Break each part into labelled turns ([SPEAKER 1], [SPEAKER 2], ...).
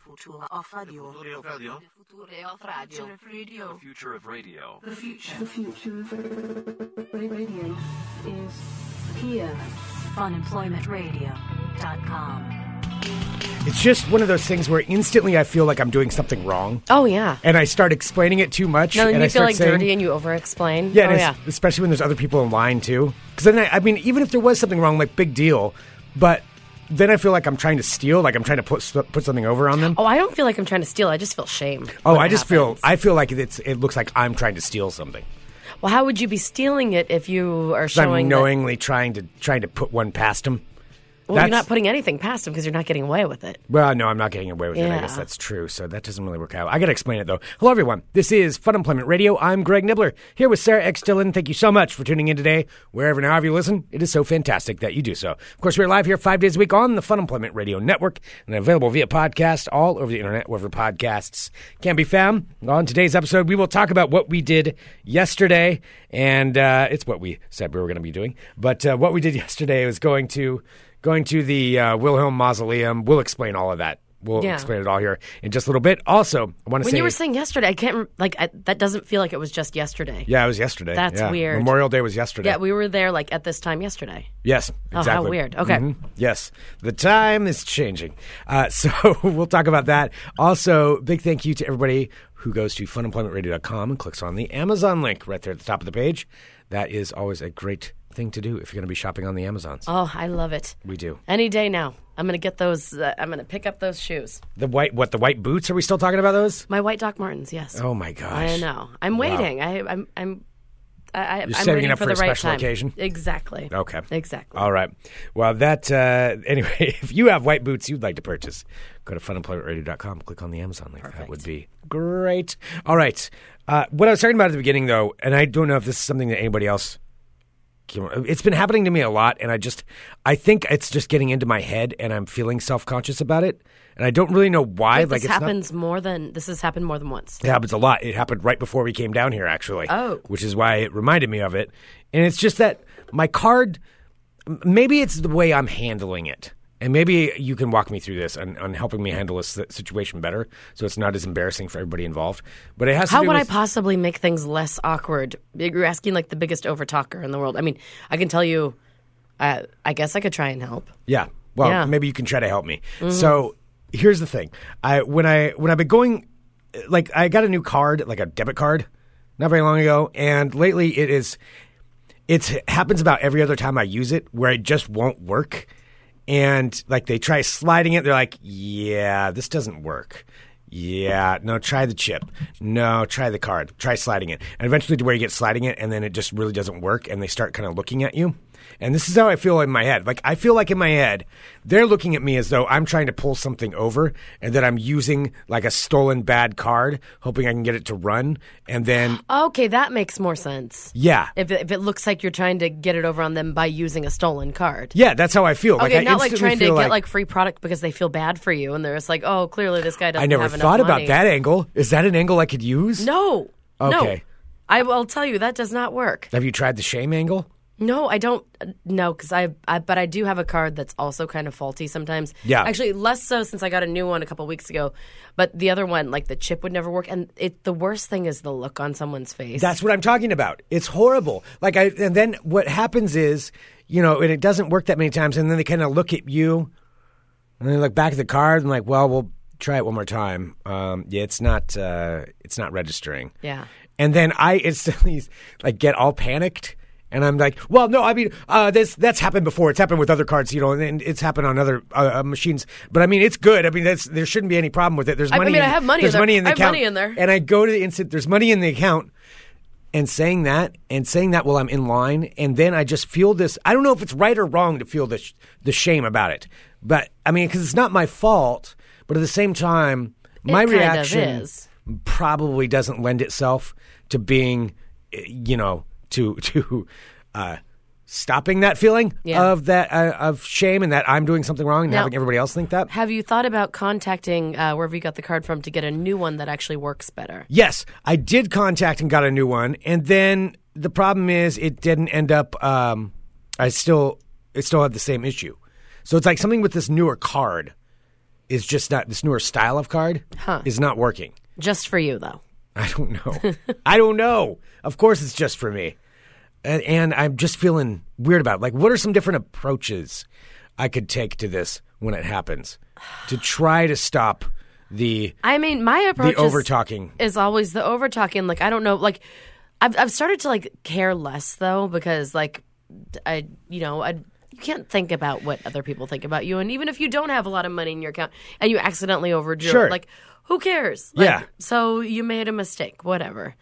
[SPEAKER 1] future of radio.
[SPEAKER 2] Future of radio.
[SPEAKER 3] Future of Radio.
[SPEAKER 2] The future of radio.
[SPEAKER 3] The future.
[SPEAKER 4] The future of radio is here.
[SPEAKER 1] Unemploymentradio.com.
[SPEAKER 5] It's just one of those things where instantly I feel like I'm doing something wrong,
[SPEAKER 6] Oh yeah.
[SPEAKER 5] and I start explaining it too much,
[SPEAKER 6] No,
[SPEAKER 5] and
[SPEAKER 6] then
[SPEAKER 5] I
[SPEAKER 6] you feel
[SPEAKER 5] start
[SPEAKER 6] like
[SPEAKER 5] saying,
[SPEAKER 6] dirty and you over-explain.
[SPEAKER 5] Yeah,
[SPEAKER 6] oh,
[SPEAKER 5] and
[SPEAKER 6] yeah.
[SPEAKER 5] es- especially when there's other people in line too. Because then, I, I mean, even if there was something wrong, like big deal, but then I feel like I'm trying to steal, like I'm trying to put s- put something over on them.
[SPEAKER 6] Oh, I don't feel like I'm trying to steal. I just feel shame.
[SPEAKER 5] Oh,
[SPEAKER 6] when
[SPEAKER 5] I
[SPEAKER 6] it
[SPEAKER 5] just
[SPEAKER 6] happens.
[SPEAKER 5] feel I feel like it's it looks like I'm trying to steal something.
[SPEAKER 6] Well, how would you be stealing it if you are
[SPEAKER 5] 'Cause
[SPEAKER 6] showing?
[SPEAKER 5] I'm
[SPEAKER 6] that-
[SPEAKER 5] knowingly trying to trying to put one past him.
[SPEAKER 6] well, you're not putting anything past him because you're not getting away with it.
[SPEAKER 5] Well, no, I'm not getting away with it. I
[SPEAKER 6] Yeah.
[SPEAKER 5] guess that's true. So that doesn't really work out. I got to explain it, though. Hello, everyone. This is Fun Employment Radio. I'm Greg Nibbler here with Sarah X. Dillon. Thank you so much for tuning in today. Wherever and however you listen, it is so fantastic that you do so. Of course, we're live here five days a week on the Fun Employment Radio Network and available via podcast all over the internet, wherever podcasts can be found. On today's episode, we will talk about what we did yesterday, and uh, it's what we said we were going to be doing. But uh, what we did yesterday was going to going to the uh, Wilhelm Mausoleum. We'll explain all of that. We'll
[SPEAKER 6] Yeah.
[SPEAKER 5] explain it all here in just a little bit. Also, I want to
[SPEAKER 6] When
[SPEAKER 5] say,
[SPEAKER 6] you were saying yesterday, I can't rem- like I, that doesn't feel like it was just yesterday.
[SPEAKER 5] yeah, it was yesterday.
[SPEAKER 6] That's
[SPEAKER 5] Yeah.
[SPEAKER 6] weird.
[SPEAKER 5] Memorial Day was yesterday.
[SPEAKER 6] Yeah, we were there like at this time yesterday.
[SPEAKER 5] Yes,
[SPEAKER 6] Oh, how
[SPEAKER 5] exactly.
[SPEAKER 6] weird. Okay.
[SPEAKER 5] Mhm. Yes, the time is changing. Uh, so we'll talk about that. Also, big thank you to everybody who goes to funemploymentradio.com and clicks on the Amazon link right there at the top of the page. That is always a great thing to do if you're going to be shopping on the Amazons.
[SPEAKER 6] Oh, I love it.
[SPEAKER 5] we do.
[SPEAKER 6] Any day now, I'm gonna get those. Uh, I'm gonna pick up those shoes.
[SPEAKER 5] The white, what, the white boots? Are we still talking about those?
[SPEAKER 6] My white Doc Martens. Yes.
[SPEAKER 5] Oh my gosh.
[SPEAKER 6] I know. I'm waiting. I, I'm. I'm. I, You're I'm
[SPEAKER 5] saving
[SPEAKER 6] waiting
[SPEAKER 5] it up
[SPEAKER 6] for
[SPEAKER 5] for
[SPEAKER 6] the
[SPEAKER 5] a
[SPEAKER 6] right
[SPEAKER 5] special
[SPEAKER 6] time.
[SPEAKER 5] occasion? Oh.
[SPEAKER 6] Exactly.
[SPEAKER 5] Okay.
[SPEAKER 6] Exactly.
[SPEAKER 5] All right. Well, that, uh, anyway, if you have white boots you'd like to purchase, go to funemploymentradio.com, click on the Amazon link. That would be great. All right. Uh, what I was talking about at the beginning, though, and I don't know if this is something that anybody else. can- It's been happening to me a lot, and I just, I think it's just getting into my head, and I'm feeling self conscious about it, and I don't really know why.
[SPEAKER 6] Like,
[SPEAKER 5] like
[SPEAKER 6] this
[SPEAKER 5] it's not-
[SPEAKER 6] happens more than this has happened more than once.
[SPEAKER 5] it happens a lot. It happened right before we came down here, actually.
[SPEAKER 6] Oh.
[SPEAKER 5] Which is why it reminded me of it. And it's just that my card, m- maybe it's the way I'm handling it. And maybe you can walk me through this on, on helping me handle this si- situation better so it's not as embarrassing for everybody involved. But it has to
[SPEAKER 6] How
[SPEAKER 5] do
[SPEAKER 6] would I
[SPEAKER 5] with-
[SPEAKER 6] possibly make things less awkward? You're asking like the biggest overtalker in the world. I mean, I can tell you. Uh, I guess I could try and help.
[SPEAKER 5] Yeah. Well,
[SPEAKER 6] Yeah. Mm-hmm.
[SPEAKER 5] maybe you can try to help me. So here's the thing. I when I when I've been going like I got a new card, like a debit card, not very long ago, and lately it is it's happens about every other time I use it where it just won't work. And like they try sliding it, they're like, Yeah, this doesn't work. Yeah, no, try the chip. No, try the card. Try sliding it. And eventually to where you get sliding it and then it just really doesn't work and they start kind of looking at you. And this is how I feel in my head. Like I feel like in my head, they're looking at me as though I'm trying to pull something over and that I'm using like a stolen bad card, hoping I can get it to run. And then
[SPEAKER 6] Okay, that makes more sense.
[SPEAKER 5] yeah.
[SPEAKER 6] If it, if it looks like you're trying to get it over on them by using a stolen card.
[SPEAKER 5] Yeah, that's how I feel.
[SPEAKER 6] Okay,
[SPEAKER 5] I
[SPEAKER 6] not like
[SPEAKER 5] instantly
[SPEAKER 6] trying to
[SPEAKER 5] feel
[SPEAKER 6] get like free product because they feel bad for you, and they're just like, oh, clearly this guy doesn't.
[SPEAKER 5] I never
[SPEAKER 6] have enough
[SPEAKER 5] thought about
[SPEAKER 6] money.
[SPEAKER 5] that angle. Is that an angle I could use?
[SPEAKER 6] No. No.
[SPEAKER 5] Okay.
[SPEAKER 6] I will tell you that does not work.
[SPEAKER 5] Have you tried the shame angle?
[SPEAKER 6] No, I don't. uh, No, because I, I, but I do have a card that's also kind of faulty sometimes.
[SPEAKER 5] Yeah.
[SPEAKER 6] Actually, less so since I got a new one a couple weeks ago. But the other one, like the chip would never work, and it the worst thing is the look on someone's face.
[SPEAKER 5] That's what I'm talking about. It's horrible. Like I and then what happens is, you know, and it doesn't work that many times and then they kind of look at you and they look back at the card and like, "Well, we'll try it one more time." Um, yeah, it's not uh, it's not registering.
[SPEAKER 6] Yeah.
[SPEAKER 5] And then I instantly like get all panicked. And I'm like, well, no, I mean, uh, this that's happened before. It's happened with other cards, you know, and, and it's happened on other uh, uh, machines. But I mean, it's good. I mean, that's there shouldn't be any problem with it. There's
[SPEAKER 6] I- I
[SPEAKER 5] money.
[SPEAKER 6] mean,
[SPEAKER 5] in,
[SPEAKER 6] I have money in
[SPEAKER 5] There's
[SPEAKER 6] there.
[SPEAKER 5] money in the
[SPEAKER 6] I have
[SPEAKER 5] account.
[SPEAKER 6] money in there.
[SPEAKER 5] And I go to the instant. There's money in the account, and saying that, and saying that while I'm in line, and then I just feel this. I don't know if it's right or wrong to feel the sh- the shame about it, but I mean, because it's not my fault. But at the same time, my
[SPEAKER 6] kind of
[SPEAKER 5] reaction
[SPEAKER 6] is.
[SPEAKER 5] probably doesn't lend itself to being, eh, you know, to to uh, stopping that feeling
[SPEAKER 6] Yeah.
[SPEAKER 5] of that uh, of shame and that I'm doing something wrong and
[SPEAKER 6] Now-
[SPEAKER 5] having everybody else think that.
[SPEAKER 6] Have you thought about contacting uh, wherever you got the card from to get a new one that actually works better?
[SPEAKER 5] Yes, I did contact and got a new one, and then the problem is it didn't end up. Um, I still, it still had the same issue. So it's like something with this newer card. is just not this newer style of card is not working.
[SPEAKER 6] Just for you, though.
[SPEAKER 5] I don't know. I don't know. Of course, it's just for me, and, and I'm just feeling weird about. It. Like, what are some different approaches I could take to this when it happens to try to stop the
[SPEAKER 6] I mean, my
[SPEAKER 5] the
[SPEAKER 6] approach is-
[SPEAKER 5] over talking?
[SPEAKER 6] is always the over talking. Like I don't know. Like I've I've started to like care less though because like I you know I you can't think about what other people think about you, and even if you don't have a lot of money in your account and you accidentally overdrew, it,
[SPEAKER 5] Sure.
[SPEAKER 6] like who cares? Like,
[SPEAKER 5] Yeah. Uh,
[SPEAKER 6] So you made a mistake. Whatever.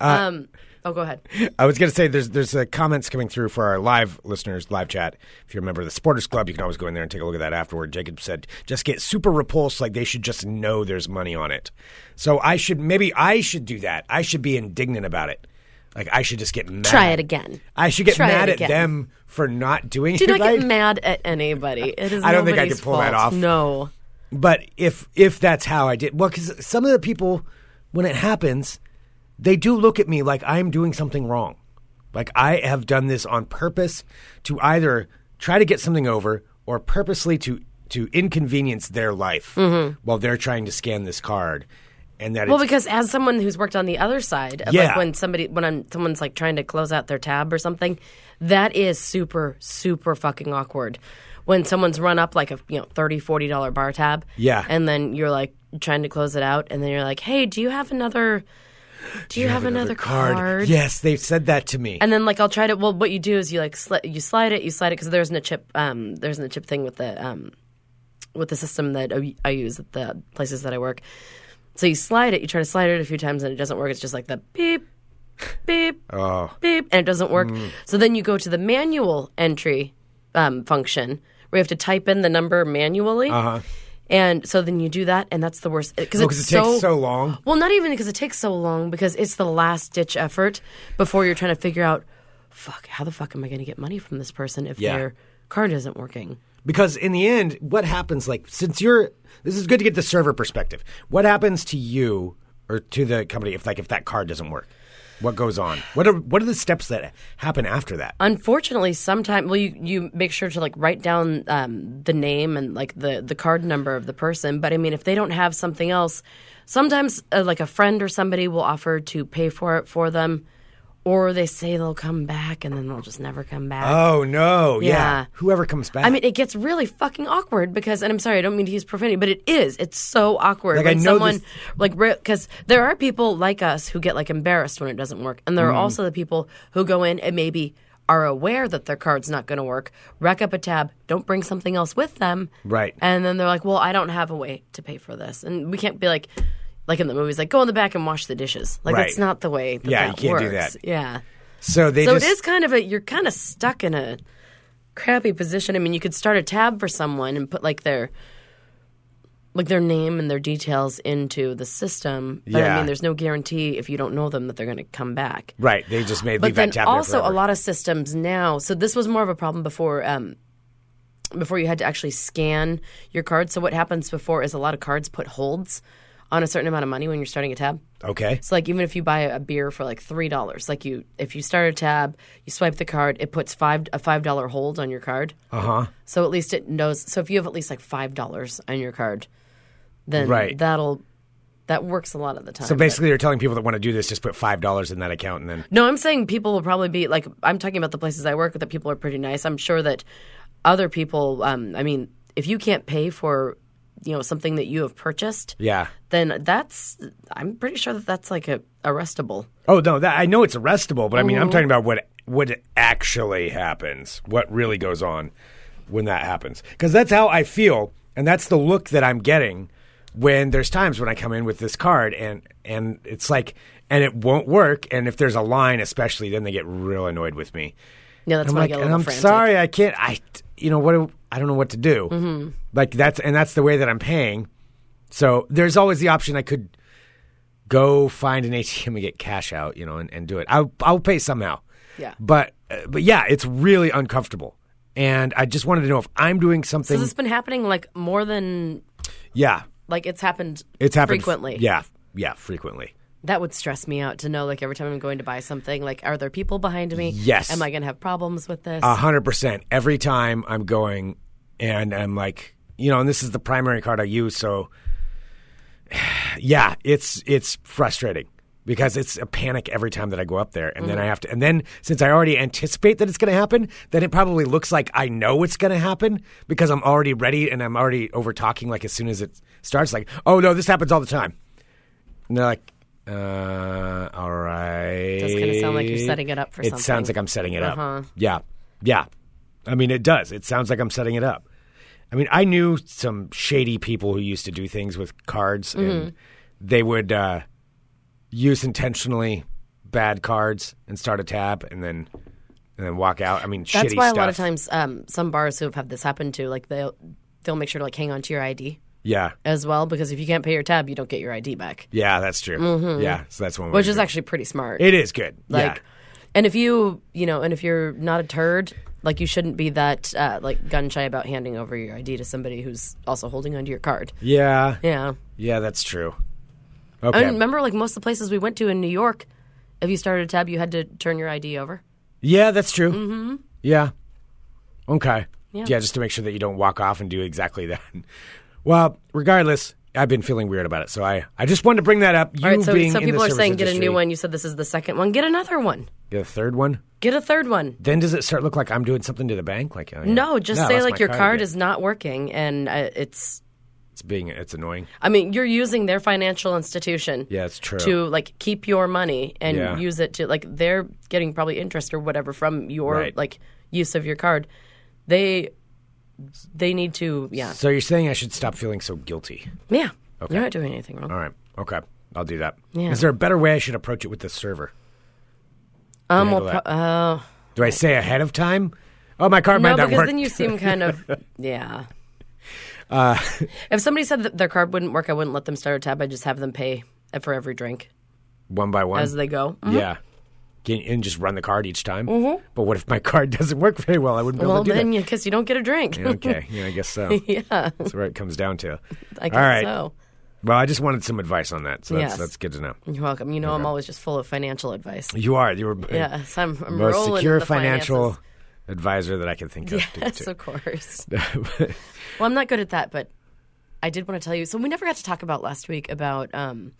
[SPEAKER 6] um. Oh, go ahead.
[SPEAKER 5] I was going to say there's there's uh, comments coming through for our live listeners, live chat. If you're a member of the Supporters Club, you can always go in there and take a look at that afterward. Jacob said, just get super repulsed, like they should just know there's money on it. So I should maybe I should do that. I should be indignant about it. Like I should just get mad.
[SPEAKER 6] Try it again.
[SPEAKER 5] I should get
[SPEAKER 6] Try it
[SPEAKER 5] mad at
[SPEAKER 6] again.
[SPEAKER 5] them for not doing
[SPEAKER 6] Do
[SPEAKER 5] it.
[SPEAKER 6] not
[SPEAKER 5] right?
[SPEAKER 6] get mad at anybody. It is.
[SPEAKER 5] I don't think I
[SPEAKER 6] nobody's
[SPEAKER 5] could pull that
[SPEAKER 6] fault.
[SPEAKER 5] off.
[SPEAKER 6] No.
[SPEAKER 5] But if if that's how I did, well, because some of the people, when it happens, they do look at me like I'm doing something wrong, like I have done this on purpose to either try to get something over or purposely to to inconvenience their life while they're trying to scan this card, and that
[SPEAKER 6] Well,
[SPEAKER 5] it's,
[SPEAKER 6] because as someone who's worked on the other side, of like
[SPEAKER 5] Yeah.
[SPEAKER 6] when somebody when I'm, someone's like trying to close out their tab or something, that is super super fucking awkward. When someone's run up like a you know 30 40 dollar bar tab,
[SPEAKER 5] Yeah.
[SPEAKER 6] and then you're like trying to close it out, and then you're like, hey, do you have another? Do you, have, another, card?
[SPEAKER 5] Yes, they've said that to me.
[SPEAKER 6] And then like I'll try to. Well, what you do is you like sli- you slide it, you slide it because there isn't a chip. Um, there isn't a chip thing with the um, with the system that I, I use at the places that I work. So you slide it, you try to slide it a few times, and it doesn't work. It's just like the beep, beep,
[SPEAKER 5] Oh.
[SPEAKER 6] beep, and it doesn't work.
[SPEAKER 5] Mm.
[SPEAKER 6] So then you go to the manual entry um, function where you have to type in the number manually. And so then you do that, and that's the worst because
[SPEAKER 5] Uh-huh. Oh,
[SPEAKER 6] it's
[SPEAKER 5] 'cause it takes so long.
[SPEAKER 6] well, not even because it takes so long, because it's the last ditch effort before you're trying to figure out, fuck, how the fuck am I going to get money from this person if
[SPEAKER 5] Yeah.
[SPEAKER 6] their card isn't working?
[SPEAKER 5] Because in the end, what happens, like, since you're, this is good to get the server perspective. What happens to you or to the company if, like, if that card doesn't work? What goes on? What are what are the steps that happen after that?
[SPEAKER 6] Unfortunately, sometimes, well, you, you make sure to like write down um, the name and like the, the card number of the person. But I mean, if they don't have something else, sometimes uh, like a friend or somebody will offer to pay for it for them, or they say they'll come back and then they'll just never come back.
[SPEAKER 5] Oh no! Yeah.
[SPEAKER 6] Yeah.
[SPEAKER 5] whoever comes back.
[SPEAKER 6] I mean, it gets really fucking awkward because, and I'm sorry, I don't mean to use profanity, but it is. It's so awkward
[SPEAKER 5] Like, I
[SPEAKER 6] when
[SPEAKER 5] know
[SPEAKER 6] someone
[SPEAKER 5] this-
[SPEAKER 6] like because there are people like us who get like embarrassed when it doesn't work, and
[SPEAKER 5] Mm.
[SPEAKER 6] there are also the people who go in and maybe are aware that their card's not going to work, rack up a tab, don't bring something else with them,
[SPEAKER 5] Right.
[SPEAKER 6] And then they're like, "Well, I don't have a way to pay for this," and we can't be like. Like in the movies, like go in the back and wash the dishes. Like
[SPEAKER 5] Right.
[SPEAKER 6] that's not the way that
[SPEAKER 5] Yeah,
[SPEAKER 6] that
[SPEAKER 5] you can't do
[SPEAKER 6] works.
[SPEAKER 5] that.
[SPEAKER 6] Yeah.
[SPEAKER 5] so they
[SPEAKER 6] So
[SPEAKER 5] just
[SPEAKER 6] it is kind of a you're kind of stuck in a crappy position. I mean, you could start a tab for someone and put like their like their name and their details into the system. But I
[SPEAKER 5] Yeah.
[SPEAKER 6] mean, there's no guarantee if you don't know them that they're going to come back.
[SPEAKER 5] right. They just made
[SPEAKER 6] But
[SPEAKER 5] leave
[SPEAKER 6] then
[SPEAKER 5] that tab there
[SPEAKER 6] also a
[SPEAKER 5] forever.
[SPEAKER 6] lot of systems now. So this was more of a problem before um before you had to actually scan your card. So what happens before is a lot of cards put holds on a certain amount of money when you're starting a tab.
[SPEAKER 5] Okay,
[SPEAKER 6] So like even if you buy a beer for like three dollars, like you if you start a tab, you swipe the card, it puts five a five dollar hold on your card.
[SPEAKER 5] Oh.
[SPEAKER 6] Uh
[SPEAKER 5] Uh-huh.
[SPEAKER 6] huh. So at least it knows. So if you have at least like five dollars on your card, then
[SPEAKER 5] Right.
[SPEAKER 6] that'll that works a lot of the time.
[SPEAKER 5] so basically you're telling people that want to do this just put five dollars in that account and then
[SPEAKER 6] No, I'm saying people will probably be like I'm talking about the places I work with that people are pretty nice. I'm sure that other people um I mean, if you can't pay for, you know, something that you have purchased,
[SPEAKER 5] yeah.
[SPEAKER 6] then that's I'm pretty sure that that's like a arrestable.
[SPEAKER 5] Oh no, that I know it's arrestable, but I mean I'm talking about what what actually happens, what really goes on when that happens, because that's how I feel, and that's the look that I'm getting when there's times when I come in with this card and and it's like and it won't work, and if there's a line especially, then they get real annoyed with me.
[SPEAKER 6] Yeah, that's
[SPEAKER 5] I'm
[SPEAKER 6] when
[SPEAKER 5] like,
[SPEAKER 6] I get a
[SPEAKER 5] and
[SPEAKER 6] little
[SPEAKER 5] I'm
[SPEAKER 6] frantic.
[SPEAKER 5] sorry, I can't. I you know what? do- I don't know what to do.
[SPEAKER 6] Mm-hmm.
[SPEAKER 5] Like that's and that's the way that I'm paying. So there's always the option I could go find an ATM and get cash out, you know, and, and do it. I'll I'll pay somehow.
[SPEAKER 6] Yeah.
[SPEAKER 5] But uh, but yeah, it's really uncomfortable. And I just wanted to know if I'm doing something.
[SPEAKER 6] Has this been happening like more than
[SPEAKER 5] yeah,
[SPEAKER 6] like it's happened?
[SPEAKER 5] it's happened f-
[SPEAKER 6] frequently.
[SPEAKER 5] Yeah, yeah, frequently.
[SPEAKER 6] that would stress me out to know like every time I'm going to buy something, like are there people behind me?
[SPEAKER 5] Yes. Ah,
[SPEAKER 6] Am I going to have problems with this?
[SPEAKER 5] A hundred percent. Every time I'm going, and I'm like, you know, and this is the primary card I use, so yeah, it's it's frustrating because it's a panic every time that I go up there, and
[SPEAKER 6] Mm-hmm.
[SPEAKER 5] then I have to, and then since I already anticipate that it's going to happen, then it probably looks like I know it's going to happen because I'm already ready and I'm already over talking. Like as soon as it starts, like, oh no, this happens all the time, and they're like. Uh, all right.
[SPEAKER 6] Does kinda sound like you're setting it up for
[SPEAKER 5] It
[SPEAKER 6] something.
[SPEAKER 5] sounds like I'm setting it up.
[SPEAKER 6] Uh-huh.
[SPEAKER 5] Yeah, yeah. I mean, it does. It sounds like I'm setting it up. I mean, I knew some shady people who used to do things with cards,
[SPEAKER 6] Mm-hmm.
[SPEAKER 5] and they would uh, use intentionally bad cards and start a tab, and then and then walk out. I mean,
[SPEAKER 6] That's
[SPEAKER 5] shitty
[SPEAKER 6] why
[SPEAKER 5] stuff.
[SPEAKER 6] a lot of times um, some bars who have had this happen to, like they'll they'll make sure to like hang on to your ID
[SPEAKER 5] yeah,
[SPEAKER 6] as well because if you can't pay your tab, you don't get your ID back,
[SPEAKER 5] yeah, that's true. Yeah, so that's one. way
[SPEAKER 6] Mm-hmm. which
[SPEAKER 5] to
[SPEAKER 6] is
[SPEAKER 5] do it.
[SPEAKER 6] actually pretty smart.
[SPEAKER 5] it is good.
[SPEAKER 6] like,
[SPEAKER 5] yeah,
[SPEAKER 6] and if you you know, and if you're not a turd, like you shouldn't be that uh, like gun shy about handing over your ID to somebody who's also holding onto your card.
[SPEAKER 5] yeah,
[SPEAKER 6] Yeah,
[SPEAKER 5] yeah, that's true.
[SPEAKER 6] I
[SPEAKER 5] Okay.
[SPEAKER 6] mean, remember like most of the places we went to in New York, if you started a tab, you had to turn your ID over.
[SPEAKER 5] Yeah, that's true. Mm-hmm. Yeah. Okay.
[SPEAKER 6] Yeah.
[SPEAKER 5] just to make sure that you don't walk off and do exactly that. Well, regardless, I've been feeling weird about it, so I, I just wanted to bring that up. You
[SPEAKER 6] All right, so
[SPEAKER 5] being
[SPEAKER 6] so
[SPEAKER 5] in the
[SPEAKER 6] people are
[SPEAKER 5] service
[SPEAKER 6] saying get a
[SPEAKER 5] industry.
[SPEAKER 6] new one. You said this is the second one. Get another one.
[SPEAKER 5] Get a third one.
[SPEAKER 6] Get a third one.
[SPEAKER 5] Then does it start look like I'm doing something to the bank? Like oh, yeah.
[SPEAKER 6] No, just say
[SPEAKER 5] that's
[SPEAKER 6] like
[SPEAKER 5] my
[SPEAKER 6] your card
[SPEAKER 5] again.
[SPEAKER 6] is not working, and uh, it's.
[SPEAKER 5] It's being it's annoying.
[SPEAKER 6] I mean, you're using their financial institution.
[SPEAKER 5] Yeah, it's true.
[SPEAKER 6] To like keep your money and
[SPEAKER 5] Yeah.
[SPEAKER 6] use it to like they're getting probably interest or whatever from your
[SPEAKER 5] Right.
[SPEAKER 6] like use of your card. They they need to yeah
[SPEAKER 5] So you're saying I should stop feeling so guilty?
[SPEAKER 6] yeah. You're not doing anything wrong.
[SPEAKER 5] All right. Okay. I'll do that. Is
[SPEAKER 6] Yeah.
[SPEAKER 5] there a better way I should approach it with the server?
[SPEAKER 6] Um, well,
[SPEAKER 5] handle
[SPEAKER 6] pro-
[SPEAKER 5] that.
[SPEAKER 6] uh,
[SPEAKER 5] Do I say ahead of time? Oh, my card
[SPEAKER 6] no,
[SPEAKER 5] might not
[SPEAKER 6] because
[SPEAKER 5] work.
[SPEAKER 6] then you seem kind of yeah.
[SPEAKER 5] Uh,
[SPEAKER 6] if somebody said that their card wouldn't work, I wouldn't let them start a tab. I would just have them pay for every drink
[SPEAKER 5] one by one.
[SPEAKER 6] as they go.
[SPEAKER 5] Yeah. Can, and just run the card each time. Mm-hmm. But what if my card doesn't work very well? I wouldn't be
[SPEAKER 6] Well,
[SPEAKER 5] able to do
[SPEAKER 6] then
[SPEAKER 5] that.
[SPEAKER 6] you because you don't get a drink.
[SPEAKER 5] Yeah, okay. Yeah, I guess so. yeah. That's where it comes down to.
[SPEAKER 6] I guess
[SPEAKER 5] All right.
[SPEAKER 6] so.
[SPEAKER 5] Well, I just wanted some advice on that. So that's,
[SPEAKER 6] Yes.
[SPEAKER 5] that's good to know.
[SPEAKER 6] You're welcome. You know, I'm always just full of financial advice.
[SPEAKER 5] You are. You were
[SPEAKER 6] Yes, I'm, I'm rolling
[SPEAKER 5] most
[SPEAKER 6] in
[SPEAKER 5] secure
[SPEAKER 6] the
[SPEAKER 5] financial advisor that I can think of. to get
[SPEAKER 6] finances. Yes,
[SPEAKER 5] to.
[SPEAKER 6] of course. Well, I'm not good at that, but I did want to tell you. So we never got to talk about last week about um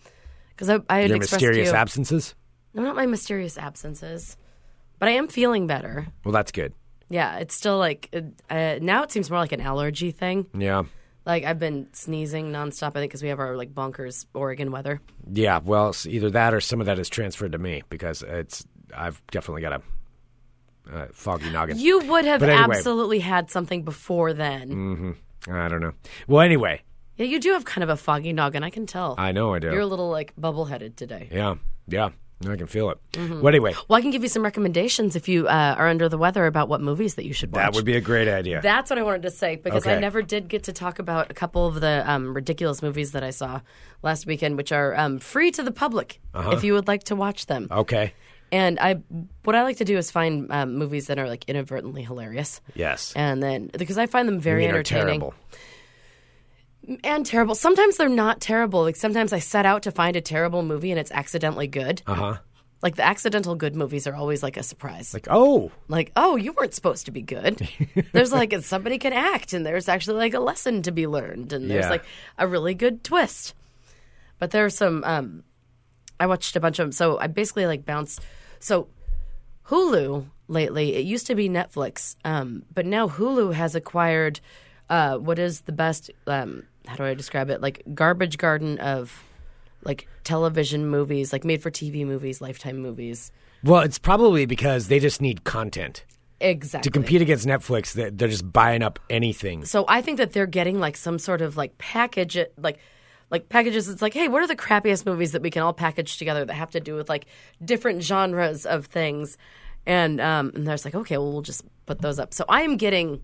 [SPEAKER 6] because I, I had
[SPEAKER 5] Your
[SPEAKER 6] expressed to
[SPEAKER 5] mysterious
[SPEAKER 6] you,
[SPEAKER 5] absences?
[SPEAKER 6] No, not my mysterious absences, but I am feeling better.
[SPEAKER 5] Well, that's good.
[SPEAKER 6] Yeah, it's still like uh, uh, now it seems more like an allergy thing.
[SPEAKER 5] Yeah.
[SPEAKER 6] Like I've been sneezing nonstop. I think because we have our like bonkers Oregon weather.
[SPEAKER 5] Yeah. Well, it's either that or some of that is transferred to me because it's I've definitely got a uh, foggy noggin.
[SPEAKER 6] You would have
[SPEAKER 5] But anyway. Mm.
[SPEAKER 6] absolutely had something before then.
[SPEAKER 5] I don't know. Well, anyway,
[SPEAKER 6] Yeah, you do have kind of a foggy noggin. I can tell.
[SPEAKER 5] I know I do.
[SPEAKER 6] You're a little like bubble headed today.
[SPEAKER 5] Yeah, yeah, I can feel it.
[SPEAKER 6] Mm-hmm.
[SPEAKER 5] Well, anyway,
[SPEAKER 6] Well, I can give you some recommendations if you uh, are under the weather about what movies that you should watch.
[SPEAKER 5] that would be a great idea.
[SPEAKER 6] That's what I wanted to say because I
[SPEAKER 5] Okay.
[SPEAKER 6] never did get to talk about a couple of the um, ridiculous movies that I saw last weekend, which are um, free to the public
[SPEAKER 5] Uh-huh.
[SPEAKER 6] if you would like to watch them.
[SPEAKER 5] okay.
[SPEAKER 6] And I, what I like to do is find um, movies that are like inadvertently hilarious,
[SPEAKER 5] Yes.
[SPEAKER 6] and then because I find them
[SPEAKER 5] I
[SPEAKER 6] very
[SPEAKER 5] mean, are
[SPEAKER 6] entertaining
[SPEAKER 5] terrible.
[SPEAKER 6] and terrible. Sometimes they're not terrible. Like sometimes I set out to find a terrible movie and it's accidentally good.
[SPEAKER 5] Uh huh.
[SPEAKER 6] Like the accidental good movies are always like a surprise. Like,
[SPEAKER 5] Like, oh,
[SPEAKER 6] oh, you weren't supposed to be good. there's like and somebody can act and there's actually like a lesson to be learned and there's
[SPEAKER 5] Yeah.
[SPEAKER 6] like a really good twist. But there are some um I watched a bunch of them. So I basically like bounced so Hulu lately, it used to be Netflix, um, but now Hulu has acquired uh, what is the best, um, how do I describe it? Like garbage garden of like television movies, like made for TV movies, Lifetime movies.
[SPEAKER 5] well, it's probably because they just need content
[SPEAKER 6] Exactly.
[SPEAKER 5] to compete against Netflix. They're, they're just buying up anything.
[SPEAKER 6] So I think that they're getting like some sort of like package, like like packages. It's like, hey, what are the crappiest movies that we can all package together that have to do with like different genres of things? And um, and there's like, okay, well, we'll just put those up. So I am getting.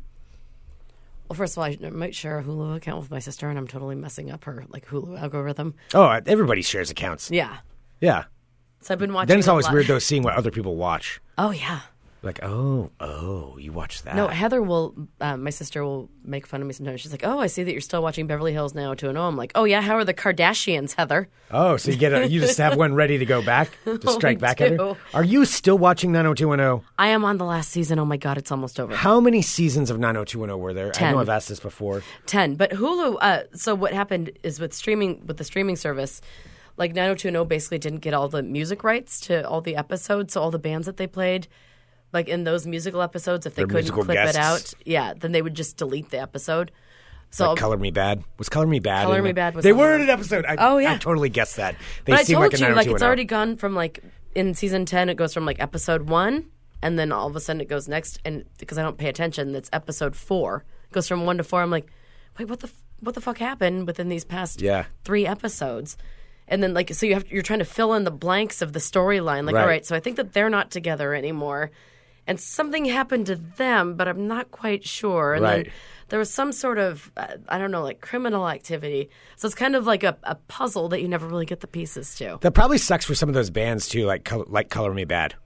[SPEAKER 6] Well, first of all, I might share a Hulu account with my sister, and I'm totally messing up her like Hulu algorithm.
[SPEAKER 5] Oh, everybody shares accounts.
[SPEAKER 6] Yeah.
[SPEAKER 5] Yeah.
[SPEAKER 6] So I've been watching.
[SPEAKER 5] Then it's
[SPEAKER 6] a
[SPEAKER 5] always
[SPEAKER 6] lot-
[SPEAKER 5] weird though seeing what other people watch.
[SPEAKER 6] Oh yeah.
[SPEAKER 5] Like, oh, oh, you watch that?
[SPEAKER 6] No, Heather will. Um, my sister will make fun of me sometimes. She's like, "Oh, I see that you're still watching Beverly Hills now to and oh." I'm like, "Oh yeah, how are the Kardashians, Heather?"
[SPEAKER 5] Oh, so you get a, you just have one ready to go back to strike
[SPEAKER 6] Oh, I
[SPEAKER 5] back at her.
[SPEAKER 6] do.
[SPEAKER 5] Are you still watching 90210?
[SPEAKER 6] I am on the last season. Oh my god, it's almost over.
[SPEAKER 5] How many seasons of 90210 were there? I
[SPEAKER 6] Ten.
[SPEAKER 5] know I've asked this before.
[SPEAKER 6] Ten, but Hulu. Uh, so what happened is with streaming with the streaming service, like 90210 basically didn't get all the music rights to all the episodes, so all the bands that they played, like in those musical episodes, if they
[SPEAKER 5] Their
[SPEAKER 6] couldn't
[SPEAKER 5] musical
[SPEAKER 6] clip
[SPEAKER 5] guests.
[SPEAKER 6] it out, yeah, then they would just delete the episode. So
[SPEAKER 5] Like Color Me Bad was Color Me Bad.
[SPEAKER 6] Color
[SPEAKER 5] in
[SPEAKER 6] Me
[SPEAKER 5] it?
[SPEAKER 6] Bad was
[SPEAKER 5] they
[SPEAKER 6] on
[SPEAKER 5] were in
[SPEAKER 6] there.
[SPEAKER 5] an episode. I,
[SPEAKER 6] Oh, yeah.
[SPEAKER 5] I totally guessed that. They
[SPEAKER 6] but I
[SPEAKER 5] seem
[SPEAKER 6] told
[SPEAKER 5] like a
[SPEAKER 6] you, like it's
[SPEAKER 5] 90210.
[SPEAKER 6] already gone from like in season ten, it goes from like episode one, and then all of a sudden it goes next, and because I don't pay attention, that's episode four. It goes from one to four. I'm like, wait, what the f- what the fuck happened within these past
[SPEAKER 5] Yeah.
[SPEAKER 6] three episodes? And then like so you have you're trying to fill in the blanks of the storyline. Like
[SPEAKER 5] Right.
[SPEAKER 6] all right, so I think that they're not together anymore, and something happened to them, but I'm not quite sure. And
[SPEAKER 5] Right.
[SPEAKER 6] then there was some sort of uh, I don't know like criminal activity. So it's kind of like a, a puzzle that you never really get the pieces to.
[SPEAKER 5] That probably sucks for some of those bands too, like Col- like Color Me Bad.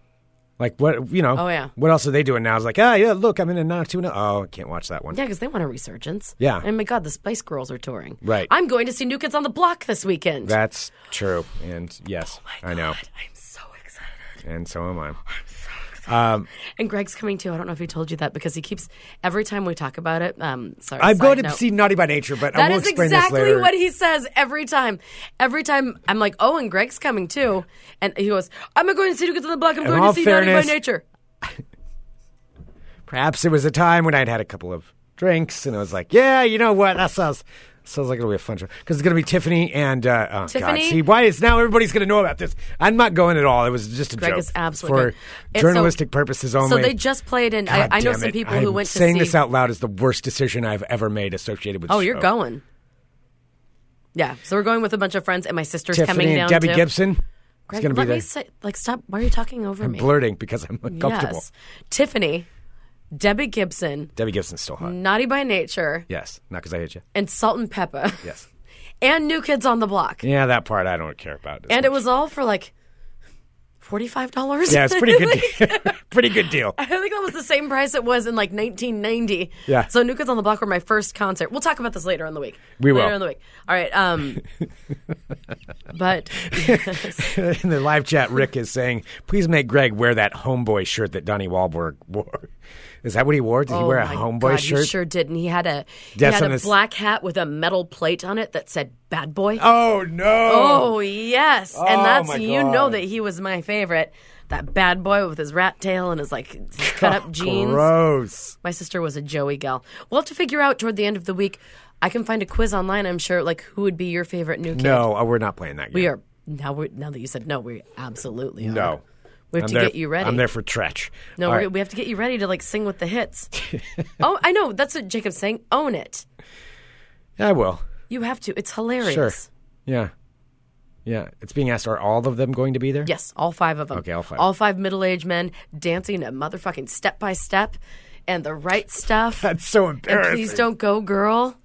[SPEAKER 5] Like what you know?
[SPEAKER 6] Oh, yeah.
[SPEAKER 5] What else are they doing now? It's like ah yeah, look, I'm in a 90210. Oh, I can't watch that one.
[SPEAKER 6] Yeah, because they want a resurgence.
[SPEAKER 5] Yeah.
[SPEAKER 6] And my God, the Spice Girls are touring.
[SPEAKER 5] Right.
[SPEAKER 6] I'm going to see New Kids on the Block this weekend.
[SPEAKER 5] That's true. And yes, I know.
[SPEAKER 6] Oh, God, I'm so excited.
[SPEAKER 5] And so am I. Um,
[SPEAKER 6] And Greg's coming too. I don't know if he told you that because he keeps every time we talk about it. Um, sorry.
[SPEAKER 5] I'm
[SPEAKER 6] side
[SPEAKER 5] going to
[SPEAKER 6] note.
[SPEAKER 5] see Naughty by Nature, but I
[SPEAKER 6] That
[SPEAKER 5] will
[SPEAKER 6] is
[SPEAKER 5] explain this
[SPEAKER 6] exactly
[SPEAKER 5] later.
[SPEAKER 6] what he says every time. Every time I'm like, oh, and Greg's coming too, and he goes, I'm going to see New Kids on the Block. I'm going
[SPEAKER 5] all
[SPEAKER 6] to see
[SPEAKER 5] fairness-
[SPEAKER 6] Naughty by Nature.
[SPEAKER 5] Perhaps it was a time when I'd had a couple of drinks and I was like, yeah, you know what? That sounds sounds like it'll be a fun show because it's going to be Tiffany and uh, oh God,
[SPEAKER 6] Tiffany?
[SPEAKER 5] see why is now everybody's going to know about this? I'm not going at all. It was just a
[SPEAKER 6] Greg
[SPEAKER 5] joke
[SPEAKER 6] is absolutely
[SPEAKER 5] for
[SPEAKER 6] good. And so-
[SPEAKER 5] journalistic purposes only.
[SPEAKER 6] So they just played, and I,
[SPEAKER 5] God
[SPEAKER 6] I know
[SPEAKER 5] damn
[SPEAKER 6] some
[SPEAKER 5] it.
[SPEAKER 6] people
[SPEAKER 5] I'm
[SPEAKER 6] who went to
[SPEAKER 5] saying
[SPEAKER 6] see.
[SPEAKER 5] this out loud is the worst decision I've ever made associated with.
[SPEAKER 6] oh,
[SPEAKER 5] this
[SPEAKER 6] you're
[SPEAKER 5] show.
[SPEAKER 6] going. Yeah, so we're going with a bunch of friends, and my sister's
[SPEAKER 5] Tiffany
[SPEAKER 6] coming
[SPEAKER 5] and
[SPEAKER 6] down.
[SPEAKER 5] Debbie
[SPEAKER 6] too.
[SPEAKER 5] Gibson. is
[SPEAKER 6] Greg,
[SPEAKER 5] going to be
[SPEAKER 6] let
[SPEAKER 5] there.
[SPEAKER 6] me say, like, stop. Why are you talking over me?
[SPEAKER 5] Blurting because I'm uncomfortable.
[SPEAKER 6] Yes, Tiffany, Debbie Gibson,
[SPEAKER 5] Debbie Gibson's still hot.
[SPEAKER 6] Naughty by Nature,
[SPEAKER 5] Yes, not because I hate you.
[SPEAKER 6] and Salt and Peppa,
[SPEAKER 5] Yes.
[SPEAKER 6] and New Kids on the Block,
[SPEAKER 5] Yeah, that part I don't care about. as
[SPEAKER 6] and it
[SPEAKER 5] much.
[SPEAKER 6] was all for like forty five dollars.
[SPEAKER 5] yeah, it's pretty good, deal. pretty good deal.
[SPEAKER 6] I think that was the same price it was in like 1990.
[SPEAKER 5] Yeah.
[SPEAKER 6] So New Kids on the Block were my first concert. We'll talk about this later in the week.
[SPEAKER 5] We
[SPEAKER 6] later
[SPEAKER 5] will.
[SPEAKER 6] in the week. All right. Um, but
[SPEAKER 5] In the live chat, Rick is saying, "Please make Greg wear that homeboy shirt that Donnie Wahlberg wore." Is that what he wore? Did he
[SPEAKER 6] Oh
[SPEAKER 5] wear a
[SPEAKER 6] my
[SPEAKER 5] homeboy
[SPEAKER 6] God,
[SPEAKER 5] shirt?
[SPEAKER 6] He sure didn't. He had a he
[SPEAKER 5] That's
[SPEAKER 6] had
[SPEAKER 5] on
[SPEAKER 6] a
[SPEAKER 5] his-
[SPEAKER 6] black hat with a metal plate on it that said "Bad Boy."
[SPEAKER 5] Oh no!
[SPEAKER 6] Oh yes,
[SPEAKER 5] Oh,
[SPEAKER 6] and
[SPEAKER 5] my
[SPEAKER 6] that's you know
[SPEAKER 5] God.
[SPEAKER 6] that he was my favorite. That bad boy with his rat tail and his like cut up jeans.
[SPEAKER 5] gross!
[SPEAKER 6] My sister was a Joey gal. We'll have to figure out toward the end of the week. I can find a quiz online. I'm sure. Like who would be your favorite new kid?
[SPEAKER 5] No, uh, we're not playing that game.
[SPEAKER 6] we are now. We're, now that you said no, we absolutely are.
[SPEAKER 5] No,
[SPEAKER 6] we have
[SPEAKER 5] I'm
[SPEAKER 6] to
[SPEAKER 5] there-
[SPEAKER 6] get you ready.
[SPEAKER 5] I'm there for Tretch.
[SPEAKER 6] No,
[SPEAKER 5] All
[SPEAKER 6] we're,
[SPEAKER 5] right.
[SPEAKER 6] we have to get you ready to like sing with the hits. oh, I know. That's what Jacob's saying. Own it.
[SPEAKER 5] I will.
[SPEAKER 6] You have to. It's hilarious.
[SPEAKER 5] Sure. Yeah, yeah. It's being asked. Are all of them going to be there?
[SPEAKER 6] Yes, all five of them.
[SPEAKER 5] Okay, all five.
[SPEAKER 6] All five middle-aged men dancing a motherfucking step by step, and the right stuff.
[SPEAKER 5] That's so
[SPEAKER 6] and
[SPEAKER 5] embarrassing.
[SPEAKER 6] please don't go, girl.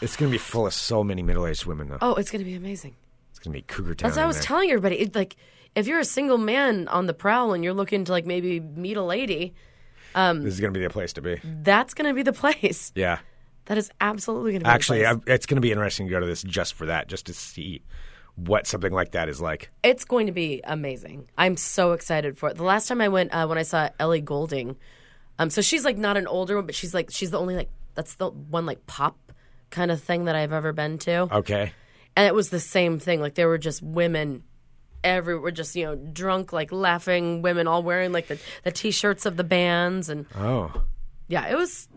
[SPEAKER 5] It's going to be full of so many middle-aged women, though.
[SPEAKER 6] Oh, it's gonna be amazing.
[SPEAKER 5] It's going to be cougar town.
[SPEAKER 6] That's what I
[SPEAKER 5] in
[SPEAKER 6] was
[SPEAKER 5] there.
[SPEAKER 6] telling everybody. It, like, if you're a single man on the prowl and you're looking to like maybe meet a lady,
[SPEAKER 5] This is going to be the place to be.
[SPEAKER 6] that's gonna be the place.
[SPEAKER 5] Yeah.
[SPEAKER 6] That is absolutely gonna be
[SPEAKER 5] Actually,
[SPEAKER 6] The
[SPEAKER 5] I,
[SPEAKER 6] place.
[SPEAKER 5] it's going to be interesting to go to this just for that, just to see what something like that is like.
[SPEAKER 6] It's going to be amazing. I'm so excited for it. The last time I went, uh, when I saw Ellie Golding, um, so she's like not an older one, but she's like she's the only like that's the one like pop kind of thing that I've ever been to,
[SPEAKER 5] Okay.
[SPEAKER 6] and it was the same thing. Like there were just women. Every were just you know drunk like laughing women all wearing like the the t-shirts of the bands and
[SPEAKER 5] Oh.
[SPEAKER 6] yeah it was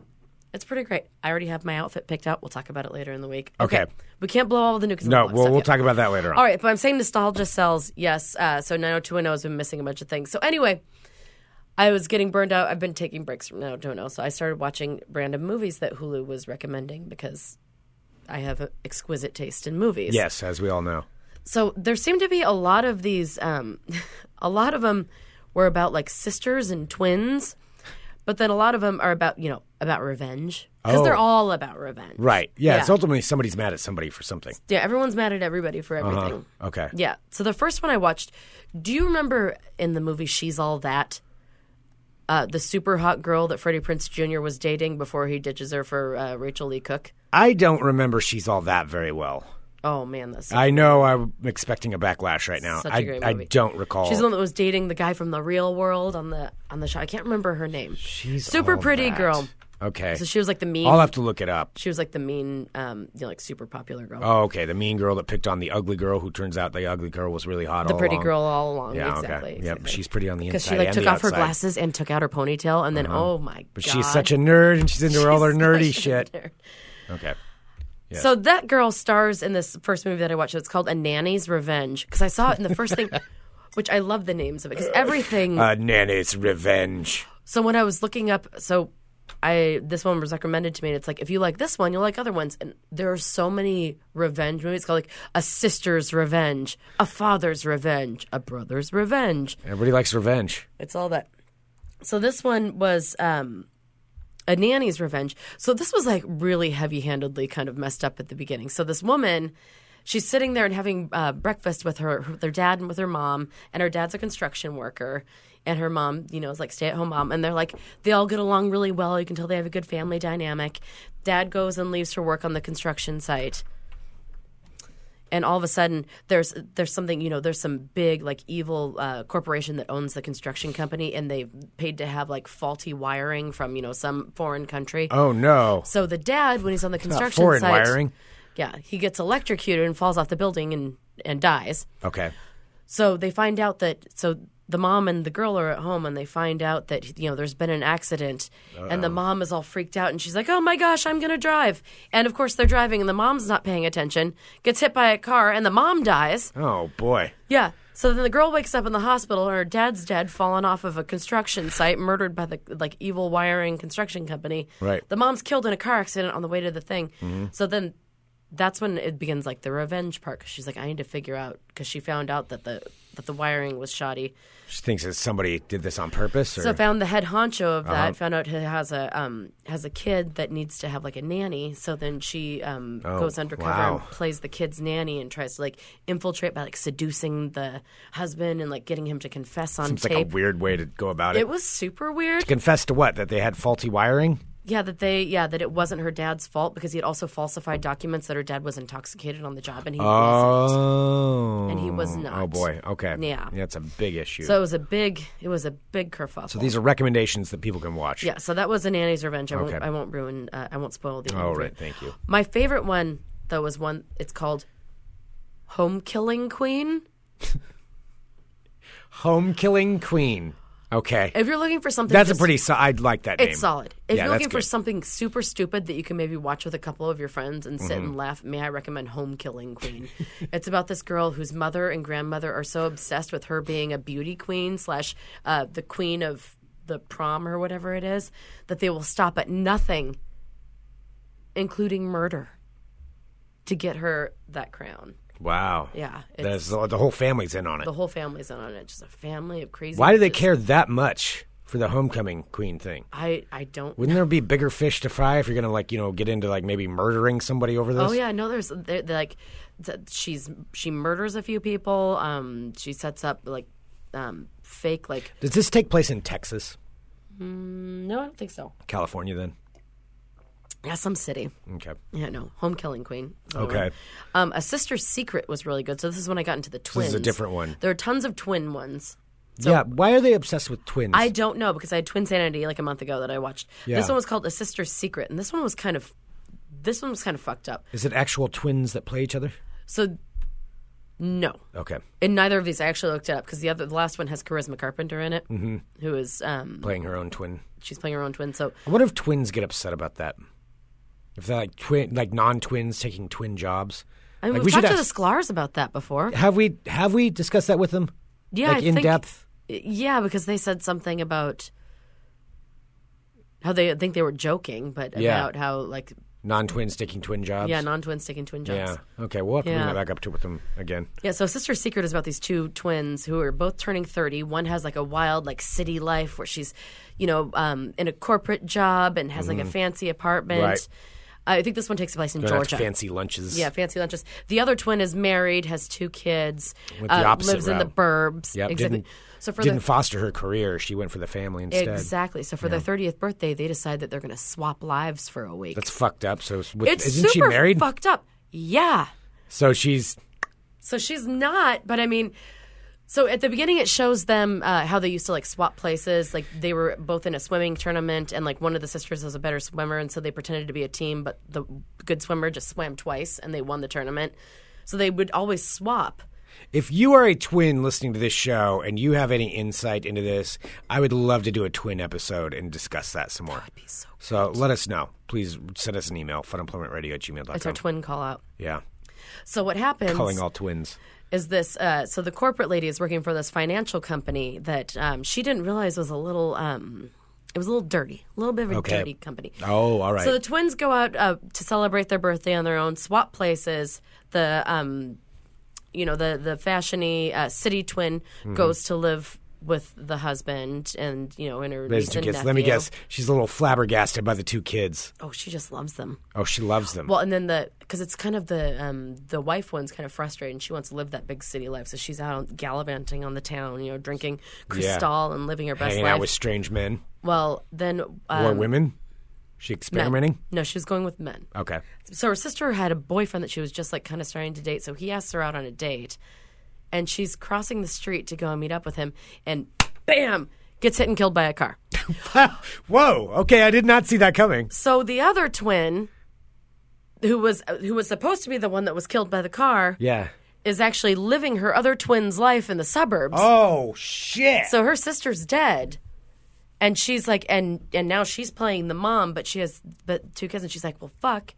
[SPEAKER 6] it's pretty great. I already have my outfit picked out. We'll talk about it later in the week.
[SPEAKER 5] Okay.
[SPEAKER 6] we can't blow all the new
[SPEAKER 5] No, we'll, we'll talk about that later on.
[SPEAKER 6] all right, but I'm saying nostalgia sells. Yes. Uh, so 90210 has been missing a bunch of things. So anyway, I was getting burned out. I've been taking breaks from 90210. So I started watching random movies that Hulu was recommending because I have exquisite taste in movies.
[SPEAKER 5] Yes, as we all know.
[SPEAKER 6] So there seemed to be a lot of these, um, a lot of them were about like sisters and twins, but then a lot of them are about, you know, about revenge because
[SPEAKER 5] Oh.
[SPEAKER 6] they're all about revenge.
[SPEAKER 5] Right. Yeah, it's
[SPEAKER 6] Yeah.
[SPEAKER 5] ultimately somebody's mad at somebody for something.
[SPEAKER 6] Yeah. Everyone's mad at everybody for everything.
[SPEAKER 5] Okay.
[SPEAKER 6] Yeah. So the first one I watched, do you remember in the movie She's All That? uh, the super hot girl that Freddie Prince Jr. was dating before he ditches her for uh, Rachel Lee Cook.
[SPEAKER 5] I don't remember she's all that very well.
[SPEAKER 6] Oh man, that's
[SPEAKER 5] I know I'm expecting a backlash right now.
[SPEAKER 6] Such a
[SPEAKER 5] I
[SPEAKER 6] great
[SPEAKER 5] I
[SPEAKER 6] movie.
[SPEAKER 5] don't recall.
[SPEAKER 6] She's the one that was dating the guy from the real world on the on the show. I can't remember her name.
[SPEAKER 5] She's
[SPEAKER 6] super
[SPEAKER 5] all
[SPEAKER 6] pretty
[SPEAKER 5] that.
[SPEAKER 6] girl.
[SPEAKER 5] Okay.
[SPEAKER 6] So she was like the mean.
[SPEAKER 5] I'll have to look it up.
[SPEAKER 6] she was like the mean, um, you know, like super popular girl.
[SPEAKER 5] Oh, okay. The mean girl that picked on the ugly girl, who turns out the ugly girl was really hot.
[SPEAKER 6] the
[SPEAKER 5] all
[SPEAKER 6] pretty
[SPEAKER 5] along.
[SPEAKER 6] girl all along.
[SPEAKER 5] Oh, um, Yeah.
[SPEAKER 6] exactly.
[SPEAKER 5] okay. Yep. She's pretty on the
[SPEAKER 6] because
[SPEAKER 5] inside.
[SPEAKER 6] she like
[SPEAKER 5] and
[SPEAKER 6] took
[SPEAKER 5] the
[SPEAKER 6] off her
[SPEAKER 5] outside. Uh-huh.
[SPEAKER 6] glasses and took out her ponytail, and then oh my
[SPEAKER 5] But
[SPEAKER 6] god,
[SPEAKER 5] she's such a nerd, and she's into all her
[SPEAKER 6] She's
[SPEAKER 5] nerdy
[SPEAKER 6] such a
[SPEAKER 5] shit.
[SPEAKER 6] nerd.
[SPEAKER 5] Okay. Yeah.
[SPEAKER 6] So that girl stars in this first movie that I watched. It's called A Nanny's Revenge because I saw it in the first thing, which I love the names of it because everything.
[SPEAKER 5] Uh, Nanny's revenge.
[SPEAKER 6] So when I was looking up, so I this one was recommended to me, and it's like if you like this one, you'll like other ones. And there are so many revenge movies called like a sister's revenge, a father's revenge, a brother's revenge.
[SPEAKER 5] Everybody likes revenge.
[SPEAKER 6] It's all that. So this one was um, a nanny's revenge. So this was like really heavy-handedly kind of messed up at the beginning. So this woman, she's sitting there and having uh, breakfast with her with her dad and with her mom, and her dad's a construction worker. And her mom, you know, is like stay at home mom. And they're like, they all get along really well. You can tell they have a good family dynamic. Dad goes and leaves for work on the construction site and all of a sudden there's there's something you know there's some big like evil uh, corporation that owns the construction company and they've paid to have like faulty wiring from you know some foreign country
[SPEAKER 5] Oh no.
[SPEAKER 6] so the dad when he's on the
[SPEAKER 5] Not
[SPEAKER 6] construction
[SPEAKER 5] foreign
[SPEAKER 6] site
[SPEAKER 5] wiring.
[SPEAKER 6] yeah he gets electrocuted and falls off the building and and dies
[SPEAKER 5] Okay.
[SPEAKER 6] so they find out that so the mom and the girl are at home and they find out that you know there's been an accident and the mom is all freaked out and she's like, "Oh my gosh, I'm going to drive." And of course they're driving and the mom's not paying attention, gets hit by a car and the mom dies.
[SPEAKER 5] Oh boy.
[SPEAKER 6] Yeah. So then the girl wakes up in the hospital and her dad's dead, fallen off of a construction site, murdered by the like evil wiring construction company.
[SPEAKER 5] Right.
[SPEAKER 6] The mom's killed in a car accident on the way to the thing. So then that's when it begins like the revenge part because she's like, I need to figure out because she found out that the that the wiring was shoddy.
[SPEAKER 5] She thinks that somebody did this on purpose. Or...
[SPEAKER 6] So found the head honcho of
[SPEAKER 5] Uh-huh.
[SPEAKER 6] that. Found out he has a um, has a kid that needs to have like a nanny. So then she um, goes undercover
[SPEAKER 5] Oh, wow.
[SPEAKER 6] and plays the kid's nanny and tries to like infiltrate by like seducing the husband and like getting him to confess on
[SPEAKER 5] Seems like
[SPEAKER 6] tape.
[SPEAKER 5] a weird way to go about it.
[SPEAKER 6] it was super weird.
[SPEAKER 5] Confess to what? That they had faulty wiring?
[SPEAKER 6] Yeah, that they yeah that it wasn't her dad's fault because he had also falsified documents that her dad was intoxicated on the job and he wasn't.
[SPEAKER 5] Oh.
[SPEAKER 6] And he was
[SPEAKER 5] Oh
[SPEAKER 6] not.
[SPEAKER 5] boy. Okay.
[SPEAKER 6] Yeah.
[SPEAKER 5] That's a big issue.
[SPEAKER 6] So it was a big it was a big kerfuffle.
[SPEAKER 5] So these are recommendations that people can watch.
[SPEAKER 6] yeah, so that was a nanny's revenge. I
[SPEAKER 5] Okay.
[SPEAKER 6] won't I won't ruin uh, I won't spoil the. end
[SPEAKER 5] All
[SPEAKER 6] of it.
[SPEAKER 5] right. Thank you.
[SPEAKER 6] My favorite one though was one it's called Home Killing Queen.
[SPEAKER 5] Home Killing Queen. Okay.
[SPEAKER 6] If you're looking for something
[SPEAKER 5] That's a
[SPEAKER 6] just-
[SPEAKER 5] pretty. So- I'd like that name.
[SPEAKER 6] it's solid. If
[SPEAKER 5] Yeah,
[SPEAKER 6] you're
[SPEAKER 5] that's
[SPEAKER 6] looking for
[SPEAKER 5] good.
[SPEAKER 6] something super stupid that you can maybe watch with a couple of your friends and sit
[SPEAKER 5] Mm-hmm.
[SPEAKER 6] and laugh, may I recommend Home Killing Queen? it's about this girl whose mother and grandmother are so obsessed with her being a beauty queen slash uh, the queen of the prom or whatever it is that they will stop at nothing, including murder, to get her that crown.
[SPEAKER 5] Wow.
[SPEAKER 6] Yeah, it's-
[SPEAKER 5] There's, the whole family's in on it.
[SPEAKER 6] The whole family's in on it. Just a family of crazy.
[SPEAKER 5] Why do they
[SPEAKER 6] bitches.
[SPEAKER 5] care that much for the homecoming queen thing?
[SPEAKER 6] I I don't.
[SPEAKER 5] Wouldn't there be bigger fish to fry if you're gonna like you know get into like maybe murdering somebody over this?
[SPEAKER 6] Oh yeah, no. There's they're, they're like th- she's she murders a few people. Um, she sets up like um fake like.
[SPEAKER 5] Does this take place in Texas,
[SPEAKER 6] No, I don't think so.
[SPEAKER 5] California? Then
[SPEAKER 6] Yeah, some city.
[SPEAKER 5] okay.
[SPEAKER 6] Yeah, no. Home Killing Queen. is another
[SPEAKER 5] Okay.
[SPEAKER 6] one. Um, a Sister's Secret was really good. So this is when I got into the
[SPEAKER 5] this
[SPEAKER 6] twins.
[SPEAKER 5] is a different one.
[SPEAKER 6] There are tons of twin ones.
[SPEAKER 5] yeah. Why are they obsessed with twins?
[SPEAKER 6] I don't know because I had Twin Sanity like a month ago that I watched.
[SPEAKER 5] Yeah.
[SPEAKER 6] This one was called A Sister's Secret, and this one was kind of, this one was kind of fucked up.
[SPEAKER 5] is it actual twins that play each other?
[SPEAKER 6] So, no.
[SPEAKER 5] Okay.
[SPEAKER 6] In neither of these, I actually looked it up because the other, the last one has Charisma Carpenter in it, mm-hmm. is um,
[SPEAKER 5] Playing her own twin.
[SPEAKER 6] she's playing her own twin. So
[SPEAKER 5] I wonder if twins get upset about that. If they're like twin, like non-twins taking twin jobs.
[SPEAKER 6] I mean,
[SPEAKER 5] Like,
[SPEAKER 6] we've talked to the
[SPEAKER 5] ask-
[SPEAKER 6] Sklars about that before.
[SPEAKER 5] have we have we discussed that with them?
[SPEAKER 6] Yeah,
[SPEAKER 5] like
[SPEAKER 6] I
[SPEAKER 5] in
[SPEAKER 6] think-
[SPEAKER 5] depth.
[SPEAKER 6] Yeah, because they said something about how they I think they were joking, but
[SPEAKER 5] Yeah.
[SPEAKER 6] about how like
[SPEAKER 5] Non-twins taking twin jobs.
[SPEAKER 6] yeah, non twins taking twin jobs.
[SPEAKER 5] Yeah. Okay. We'll have to bring
[SPEAKER 6] Yeah.
[SPEAKER 5] that back up to with them again.
[SPEAKER 6] Yeah, so Sister Secret is about these two twins who are both turning 30. One has like a wild, like city life where she's, you know, um, in a corporate job and has like a fancy apartment.
[SPEAKER 5] Mm-hmm. Right.
[SPEAKER 6] I think this one takes place in
[SPEAKER 5] Don't have
[SPEAKER 6] Georgia.
[SPEAKER 5] Fancy lunches.
[SPEAKER 6] Yeah, fancy lunches. The other twin is married, has two kids, uh,
[SPEAKER 5] Went the opposite
[SPEAKER 6] lives in the
[SPEAKER 5] route.
[SPEAKER 6] burbs.
[SPEAKER 5] Yep,
[SPEAKER 6] Exactly.
[SPEAKER 5] didn't-
[SPEAKER 6] so for
[SPEAKER 5] Didn't
[SPEAKER 6] the
[SPEAKER 5] foster her career. She went for the family instead.
[SPEAKER 6] exactly. So for their thirtieth birthday, they decide that they're going to swap lives for a week.
[SPEAKER 5] That's fucked up. So with,
[SPEAKER 6] it's
[SPEAKER 5] isn't
[SPEAKER 6] super
[SPEAKER 5] she married?
[SPEAKER 6] fucked up. Yeah.
[SPEAKER 5] So she's
[SPEAKER 6] So she's not, but I mean, so at the beginning it shows them uh, how they used to like swap places. Like they were both in a swimming tournament, and like one of the sisters was a better swimmer, and so they pretended to be a team, but the good swimmer just swam twice and they won the tournament. So they would always swap.
[SPEAKER 5] If you are a twin listening to this show and you have any insight into this, I would love to do a twin episode and discuss that some more. so let us know. Please send us an email, funemploymentradio at gmail.com.
[SPEAKER 6] It's our twin call out.
[SPEAKER 5] yeah.
[SPEAKER 6] So what happens?
[SPEAKER 5] Calling all twins.
[SPEAKER 6] is this uh, so the corporate lady is working for this financial company that um, she didn't realize was a little um, it was a little dirty a little bit of a
[SPEAKER 5] Okay.
[SPEAKER 6] dirty company
[SPEAKER 5] Oh, all right.
[SPEAKER 6] so the twins go out uh, to celebrate their birthday on their own swap places the um, you know the the fashiony uh, city twin
[SPEAKER 5] Mm-hmm.
[SPEAKER 6] goes to live with the husband and you know and her
[SPEAKER 5] There's
[SPEAKER 6] niece
[SPEAKER 5] two
[SPEAKER 6] and
[SPEAKER 5] kids. Let me
[SPEAKER 6] nephew.
[SPEAKER 5] guess. She's a little flabbergasted by the two kids.
[SPEAKER 6] oh she just loves them
[SPEAKER 5] Oh, she loves them.
[SPEAKER 6] well, and then the because it's kind of the um, the wife one's kind of frustrated, and she wants to live that big city life, so she's out on, gallivanting on the town, you know, drinking
[SPEAKER 5] Yeah.
[SPEAKER 6] Cristal and living her best
[SPEAKER 5] Hanging
[SPEAKER 6] life.
[SPEAKER 5] out with strange men
[SPEAKER 6] well, then um,
[SPEAKER 5] or women. She
[SPEAKER 6] men.
[SPEAKER 5] experimenting?
[SPEAKER 6] No, she was going with men.
[SPEAKER 5] Okay.
[SPEAKER 6] So her sister had a boyfriend that she was just like kind of starting to date, so he asks her out on a date, and she's crossing the street to go and meet up with him, and bam, gets hit and killed by a car.
[SPEAKER 5] Whoa. Okay. I did not see that coming.
[SPEAKER 6] So the other twin. Who was who was supposed to be the one that was killed by the car?
[SPEAKER 5] Yeah.
[SPEAKER 6] is actually living her other twin's life in the suburbs.
[SPEAKER 5] Oh, shit.
[SPEAKER 6] So her sister's dead. And she's like and and now she's playing the mom, but she has but two kids and she's like, "Well, fuck."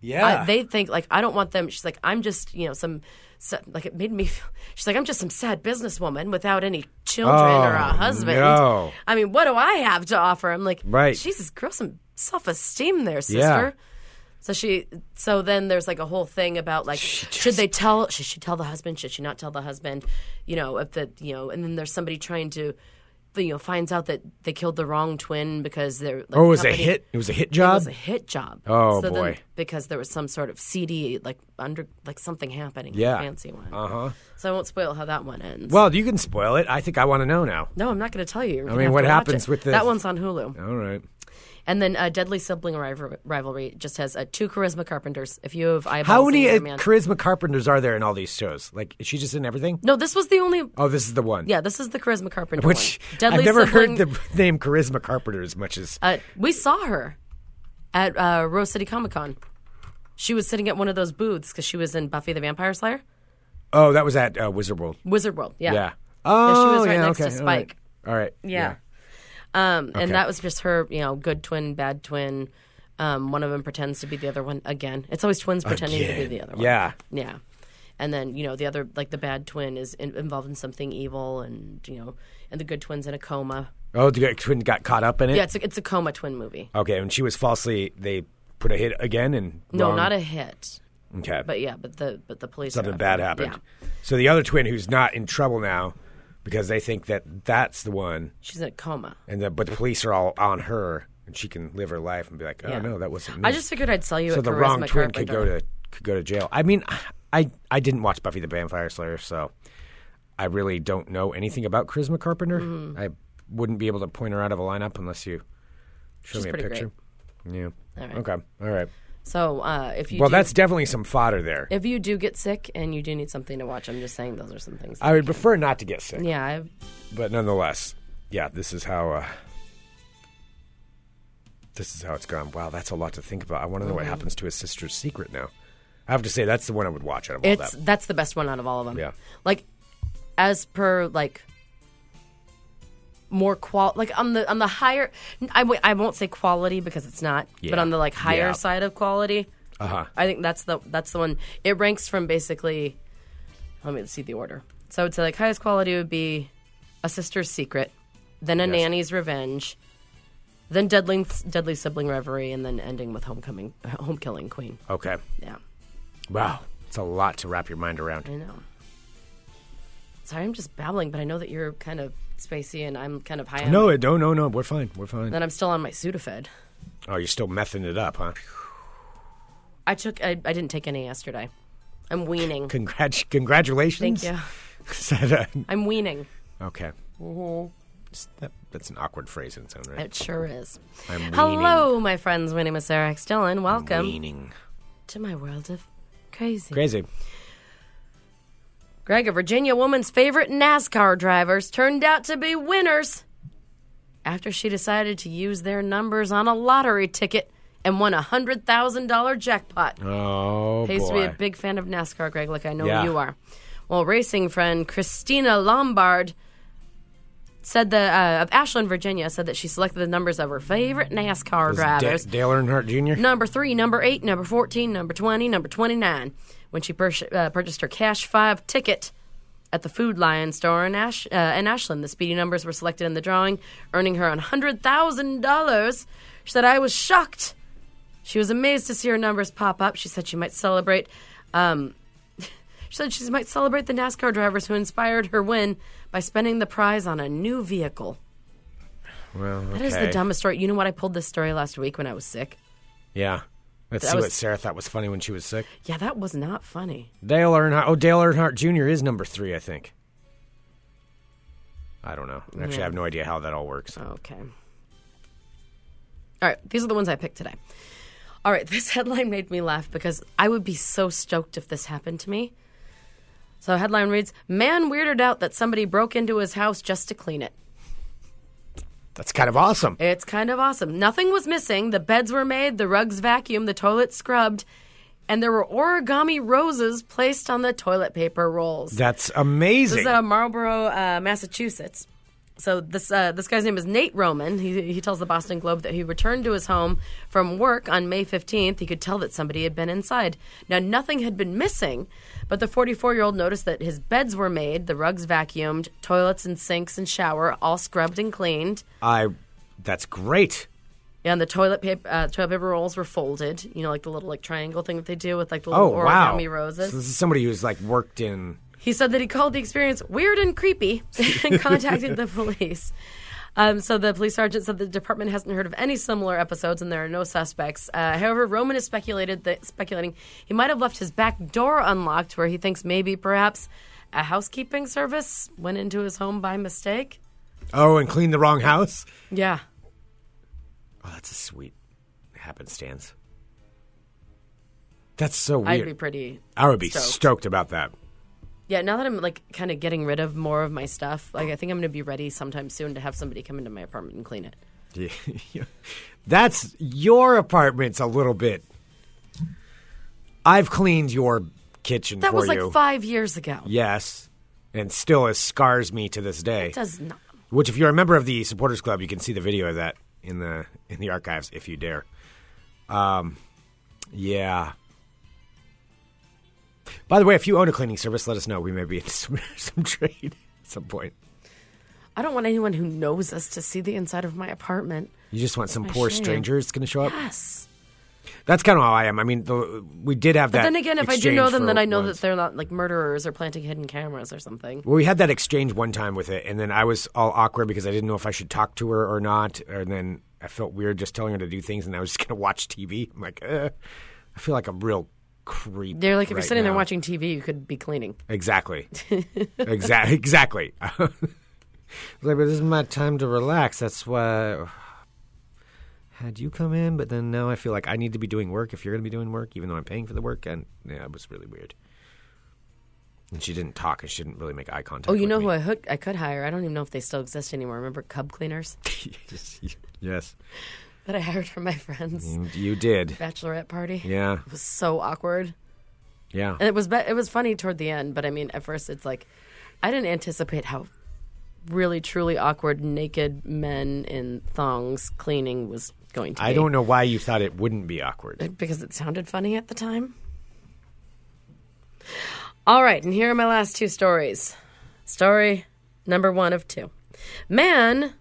[SPEAKER 5] yeah.
[SPEAKER 6] I, they think like I don't want them. She's like, "I'm just, you know, some, so- like it made me feel She's like, "I'm just some sad businesswoman without any children or a
[SPEAKER 5] Oh,
[SPEAKER 6] husband."
[SPEAKER 5] no.
[SPEAKER 6] I mean, what do I have to offer? I'm like,
[SPEAKER 5] Right.
[SPEAKER 6] Jesus, grow some self-esteem there, sister.
[SPEAKER 5] Yeah.
[SPEAKER 6] So she, so then there's like a whole thing about like, should they tell? Should she tell the husband? Should she not tell the husband? You know, if the you know, and then there's somebody trying to, you know, finds out that they killed the wrong twin because they're like,
[SPEAKER 5] oh, it was a
[SPEAKER 6] company-
[SPEAKER 5] hit. It was a hit
[SPEAKER 6] It
[SPEAKER 5] job?
[SPEAKER 6] was a hit job.
[SPEAKER 5] Oh,
[SPEAKER 6] so Then,
[SPEAKER 5] boy.
[SPEAKER 6] because there was some sort of seedy like under like something happening.
[SPEAKER 5] Yeah.
[SPEAKER 6] a fancy one.
[SPEAKER 5] uh huh.
[SPEAKER 6] So I won't spoil how that one ends.
[SPEAKER 5] Well, you can spoil it. I think I want to know now.
[SPEAKER 6] no, I'm not going to tell you. You're gonna
[SPEAKER 5] mean,
[SPEAKER 6] have
[SPEAKER 5] what
[SPEAKER 6] to watch
[SPEAKER 5] happens
[SPEAKER 6] it.
[SPEAKER 5] with the-
[SPEAKER 6] That one's on Hulu.
[SPEAKER 5] All right.
[SPEAKER 6] And then uh, Deadly Sibling Rival- Rivalry just has uh, two charisma carpenters. If you have eyeballs,
[SPEAKER 5] How many
[SPEAKER 6] in
[SPEAKER 5] uh,
[SPEAKER 6] your man.
[SPEAKER 5] charisma carpenters are there in all these shows? Like, is she just in everything?
[SPEAKER 6] no, this was the only.
[SPEAKER 5] Oh, this is the one.
[SPEAKER 6] Yeah, this is the charisma carpenter.
[SPEAKER 5] Which
[SPEAKER 6] one. Deadly
[SPEAKER 5] I've never
[SPEAKER 6] Sibling,
[SPEAKER 5] heard the name charisma carpenter as much as.
[SPEAKER 6] Uh, we saw her at uh, Rose City Comic Con. She was sitting at one of those booths because she was in Buffy the Vampire Slayer,
[SPEAKER 5] oh, that was at uh, Wizard World.
[SPEAKER 6] Wizard World. Yeah.
[SPEAKER 5] Yeah. Oh,
[SPEAKER 6] was right
[SPEAKER 5] yeah,
[SPEAKER 6] next to
[SPEAKER 5] okay, all right.
[SPEAKER 6] Spike.
[SPEAKER 5] All right.
[SPEAKER 6] Yeah. Um, and that was just her, you know, good twin, bad twin. Um, one of them pretends to be the other one again. It's always twins pretending to
[SPEAKER 5] Again.
[SPEAKER 6] be the other one.
[SPEAKER 5] Yeah.
[SPEAKER 6] Yeah. And then, you know, the other, like the bad twin is in, involved in something evil and, you know, and the good twin's in a coma.
[SPEAKER 5] Oh, the twin got caught up in it.
[SPEAKER 6] Yeah, it's a, it's a coma twin movie.
[SPEAKER 5] Okay, and she was falsely. They put a hit again and.
[SPEAKER 6] No,
[SPEAKER 5] wrong-
[SPEAKER 6] not a hit.
[SPEAKER 5] Okay.
[SPEAKER 6] But yeah, but the but the police
[SPEAKER 5] Something
[SPEAKER 6] are-
[SPEAKER 5] bad happened.
[SPEAKER 6] Yeah.
[SPEAKER 5] So the other twin who's not in trouble now, because they think that that's the one,
[SPEAKER 6] She's in a coma.
[SPEAKER 5] and the, but the police are all on her, and she can live her life and be like, oh
[SPEAKER 6] Yeah.
[SPEAKER 5] no, that wasn't. Me.
[SPEAKER 6] I just figured I'd sell you
[SPEAKER 5] so
[SPEAKER 6] a
[SPEAKER 5] the
[SPEAKER 6] charisma
[SPEAKER 5] wrong twin
[SPEAKER 6] carpenter.
[SPEAKER 5] could go to could go to jail. I mean, I I didn't watch Buffy the Vampire Slayer, so I really don't know anything about Charisma Carpenter.
[SPEAKER 6] Mm-hmm.
[SPEAKER 5] I wouldn't be able to point her out of a lineup unless you show
[SPEAKER 6] She's
[SPEAKER 5] me a
[SPEAKER 6] pretty
[SPEAKER 5] picture. Yeah.
[SPEAKER 6] right.
[SPEAKER 5] Okay. All right.
[SPEAKER 6] So uh, if you
[SPEAKER 5] Well,
[SPEAKER 6] do,
[SPEAKER 5] that's definitely some fodder there.
[SPEAKER 6] if you do get sick and you do need something to watch, I'm just saying those are some things.
[SPEAKER 5] I would prefer not to get sick,
[SPEAKER 6] yeah, I,
[SPEAKER 5] but nonetheless, yeah, this is how. Uh, this is how it's gone. Wow, that's a lot to think about. I want to know
[SPEAKER 6] Mm-hmm.
[SPEAKER 5] what happens to his sister's secret now. I have to say that's the one I would watch out of all
[SPEAKER 6] it's
[SPEAKER 5] that.
[SPEAKER 6] that's the best one out of all of them.
[SPEAKER 5] Yeah.
[SPEAKER 6] Like, as per like more qual like on the on the higher I, w- I won't say quality because it's not but
[SPEAKER 5] Yeah.
[SPEAKER 6] on the like higher
[SPEAKER 5] Yeah.
[SPEAKER 6] side of quality
[SPEAKER 5] Uh huh.
[SPEAKER 6] i think that's the that's the one it ranks from basically let me see the order so i would say like highest quality would be a sister's secret then a
[SPEAKER 5] Yes.
[SPEAKER 6] nanny's revenge then deadly deadly sibling reverie and then ending with homecoming home killing queen
[SPEAKER 5] Okay.
[SPEAKER 6] yeah
[SPEAKER 5] Wow, it's a lot to wrap your mind around.
[SPEAKER 6] I know. Sorry, I'm just babbling, but I know that you're kind of spacey and I'm kind of high. on
[SPEAKER 5] No,
[SPEAKER 6] it.
[SPEAKER 5] it- no, no, no. We're fine. We're fine.
[SPEAKER 6] Then I'm still on my Sudafed.
[SPEAKER 5] Oh, you're still messing it up, huh?
[SPEAKER 6] I took. I, I didn't take any yesterday. I'm weaning.
[SPEAKER 5] Congrat- congratulations.
[SPEAKER 6] Thank you.
[SPEAKER 5] Is that a-
[SPEAKER 6] I'm weaning.
[SPEAKER 5] okay.
[SPEAKER 6] Mm-hmm.
[SPEAKER 5] Just- that- that's an awkward phrase in its own right.
[SPEAKER 6] It sure is.
[SPEAKER 5] I'm
[SPEAKER 6] Hello, my friends. My name is Sarah X. Dillon. Welcome
[SPEAKER 5] Meaning.
[SPEAKER 6] to my world of crazy.
[SPEAKER 5] Crazy.
[SPEAKER 6] Greg, a Virginia woman's favorite NASCAR drivers turned out to be winners after she decided to use their numbers on a lottery ticket and won a $100,000 jackpot.
[SPEAKER 5] Oh,
[SPEAKER 6] I used to be
[SPEAKER 5] boy.
[SPEAKER 6] a big fan of NASCAR, Greg, like I know
[SPEAKER 5] Yeah.
[SPEAKER 6] you are. Well, racing friend Christina Lombard said that uh, of Ashland, Virginia, said that she selected the numbers of her favorite NASCAR
[SPEAKER 5] Was Da-
[SPEAKER 6] drivers
[SPEAKER 5] Dale Earnhardt Jr.
[SPEAKER 6] number three, number eight, number 14, number 20, number 29 when she pur- uh, purchased her Cash 5 ticket at the Food Lion store in, Ash- uh, in Ashland. The speedy numbers were selected in the drawing, earning her $100,000. She said, I was shocked. She was amazed to see her numbers pop up. She said she might celebrate. Um, she said she might celebrate the NASCAR drivers who inspired her win by spending the prize on a new vehicle.
[SPEAKER 5] Well, okay.
[SPEAKER 6] That is the dumbest story. You know what? I pulled this story last week when I was sick.
[SPEAKER 5] Yeah. Let's
[SPEAKER 6] That
[SPEAKER 5] see
[SPEAKER 6] was-
[SPEAKER 5] what Sarah thought was funny when she was sick.
[SPEAKER 6] Yeah, that was not funny.
[SPEAKER 5] Dale Earnhardt. Oh, Dale Earnhardt Jr. is number three, I think. I don't know. Actually, I have no idea how that all works.
[SPEAKER 6] Okay. All right, these are the ones I picked today. All right, this headline made me laugh because I would be so stoked if this happened to me. So, headline reads Man weirded out that somebody broke into his house just to clean it.
[SPEAKER 5] That's kind of awesome.
[SPEAKER 6] It's kind of awesome. Nothing was missing. The beds were made, the rugs vacuumed, the toilet scrubbed, and there were origami roses placed on the toilet paper rolls.
[SPEAKER 5] That's amazing.
[SPEAKER 6] This is uh, Marlboro, uh, Massachusetts. So this uh, this guy's name is Nate Roman. He he tells the Boston Globe that he returned to his home from work on May 15th. He could tell that somebody had been inside. Now nothing had been missing, but the 44 year old noticed that his beds were made, the rugs vacuumed, toilets and sinks and shower all scrubbed and cleaned.
[SPEAKER 5] I. That's great.
[SPEAKER 6] Yeah, and the toilet paper uh, toilet paper rolls were folded. You know, like the little like triangle thing that they do with like the
[SPEAKER 5] Oh
[SPEAKER 6] little
[SPEAKER 5] wow.
[SPEAKER 6] origami roses.
[SPEAKER 5] So this is somebody who's like worked in.
[SPEAKER 6] He said that he called the experience weird and creepy and contacted the police. Um, so the police sergeant said the department hasn't heard of any similar episodes and there are no suspects. Uh, however, Roman is speculated that, speculating he might have left his back door unlocked, where he thinks maybe perhaps a housekeeping service went into his home by mistake.
[SPEAKER 5] Oh, and cleaned the wrong house.
[SPEAKER 6] Yeah,
[SPEAKER 5] Oh, that's a sweet happenstance. That's so
[SPEAKER 6] I'd be
[SPEAKER 5] weird.
[SPEAKER 6] pretty.
[SPEAKER 5] I would be
[SPEAKER 6] stoked.
[SPEAKER 5] stoked about that.
[SPEAKER 6] Yeah, now that I'm like kind of getting rid of more of my stuff, like I think I'm going to be ready sometime soon to have somebody come into my apartment and clean it.
[SPEAKER 5] Yeah. That's your apartment's a little bit. I've cleaned your kitchen
[SPEAKER 6] That
[SPEAKER 5] for
[SPEAKER 6] was like
[SPEAKER 5] you.
[SPEAKER 6] five years ago.
[SPEAKER 5] Yes, and still it scars me to this day.
[SPEAKER 6] It does not.
[SPEAKER 5] Which, if you're a member of the supporters club, you can see the video of that in the in the archives if you dare. Um, yeah. By the way, if you own a cleaning service, let us know. We may be in some, some trade at some point.
[SPEAKER 6] I don't want anyone who knows us to see the inside of my apartment.
[SPEAKER 5] You just want some
[SPEAKER 6] my
[SPEAKER 5] poor
[SPEAKER 6] shame.
[SPEAKER 5] stranger that's going to show up.
[SPEAKER 6] Yes.
[SPEAKER 5] That's kind of how I am. I mean, the, we did have that.
[SPEAKER 6] Then again, if I do
[SPEAKER 5] exchange
[SPEAKER 6] know them,
[SPEAKER 5] for
[SPEAKER 6] then I know
[SPEAKER 5] once.
[SPEAKER 6] that they're not like murderers or planting hidden cameras or something.
[SPEAKER 5] Well, we had that exchange one time with it, and then I was all awkward because I didn't know if I should talk to her or not. And then I felt weird just telling her to do things, and I was just going to watch TV. I'm like, eh. I feel like a real creep.
[SPEAKER 6] They're like, if you're
[SPEAKER 5] right
[SPEAKER 6] sitting there
[SPEAKER 5] now.
[SPEAKER 6] watching TV, you could be cleaning.
[SPEAKER 5] Exactly. exactly. Exactly. I was like, but this is my time to relax. That's why. Had you come in, but then now I feel like I need to be doing work if you're going to be doing work, even though I'm paying for the work. And yeah, it was really weird. And she didn't talk, and she didn't really make eye contact.
[SPEAKER 6] Oh, you
[SPEAKER 5] with
[SPEAKER 6] know
[SPEAKER 5] me.
[SPEAKER 6] who I, hook, I could hire? I don't even know if they still exist anymore. Remember Cub Cleaners
[SPEAKER 5] yes,
[SPEAKER 6] that I hired from my friend's
[SPEAKER 5] you, you did.
[SPEAKER 6] bachelorette party?
[SPEAKER 5] Mm-hmm. Yeah,
[SPEAKER 6] It was so awkward.
[SPEAKER 5] yeah.
[SPEAKER 6] And it was, be- it was funny toward the end, but I mean, at first, it's like, I didn't anticipate how really, truly awkward naked men in thongs cleaning was going to be.
[SPEAKER 5] I don't know why you thought it wouldn't be awkward.
[SPEAKER 6] Uh, because it sounded funny at the time. All right, and here are my last two stories. Story number one of two. Man,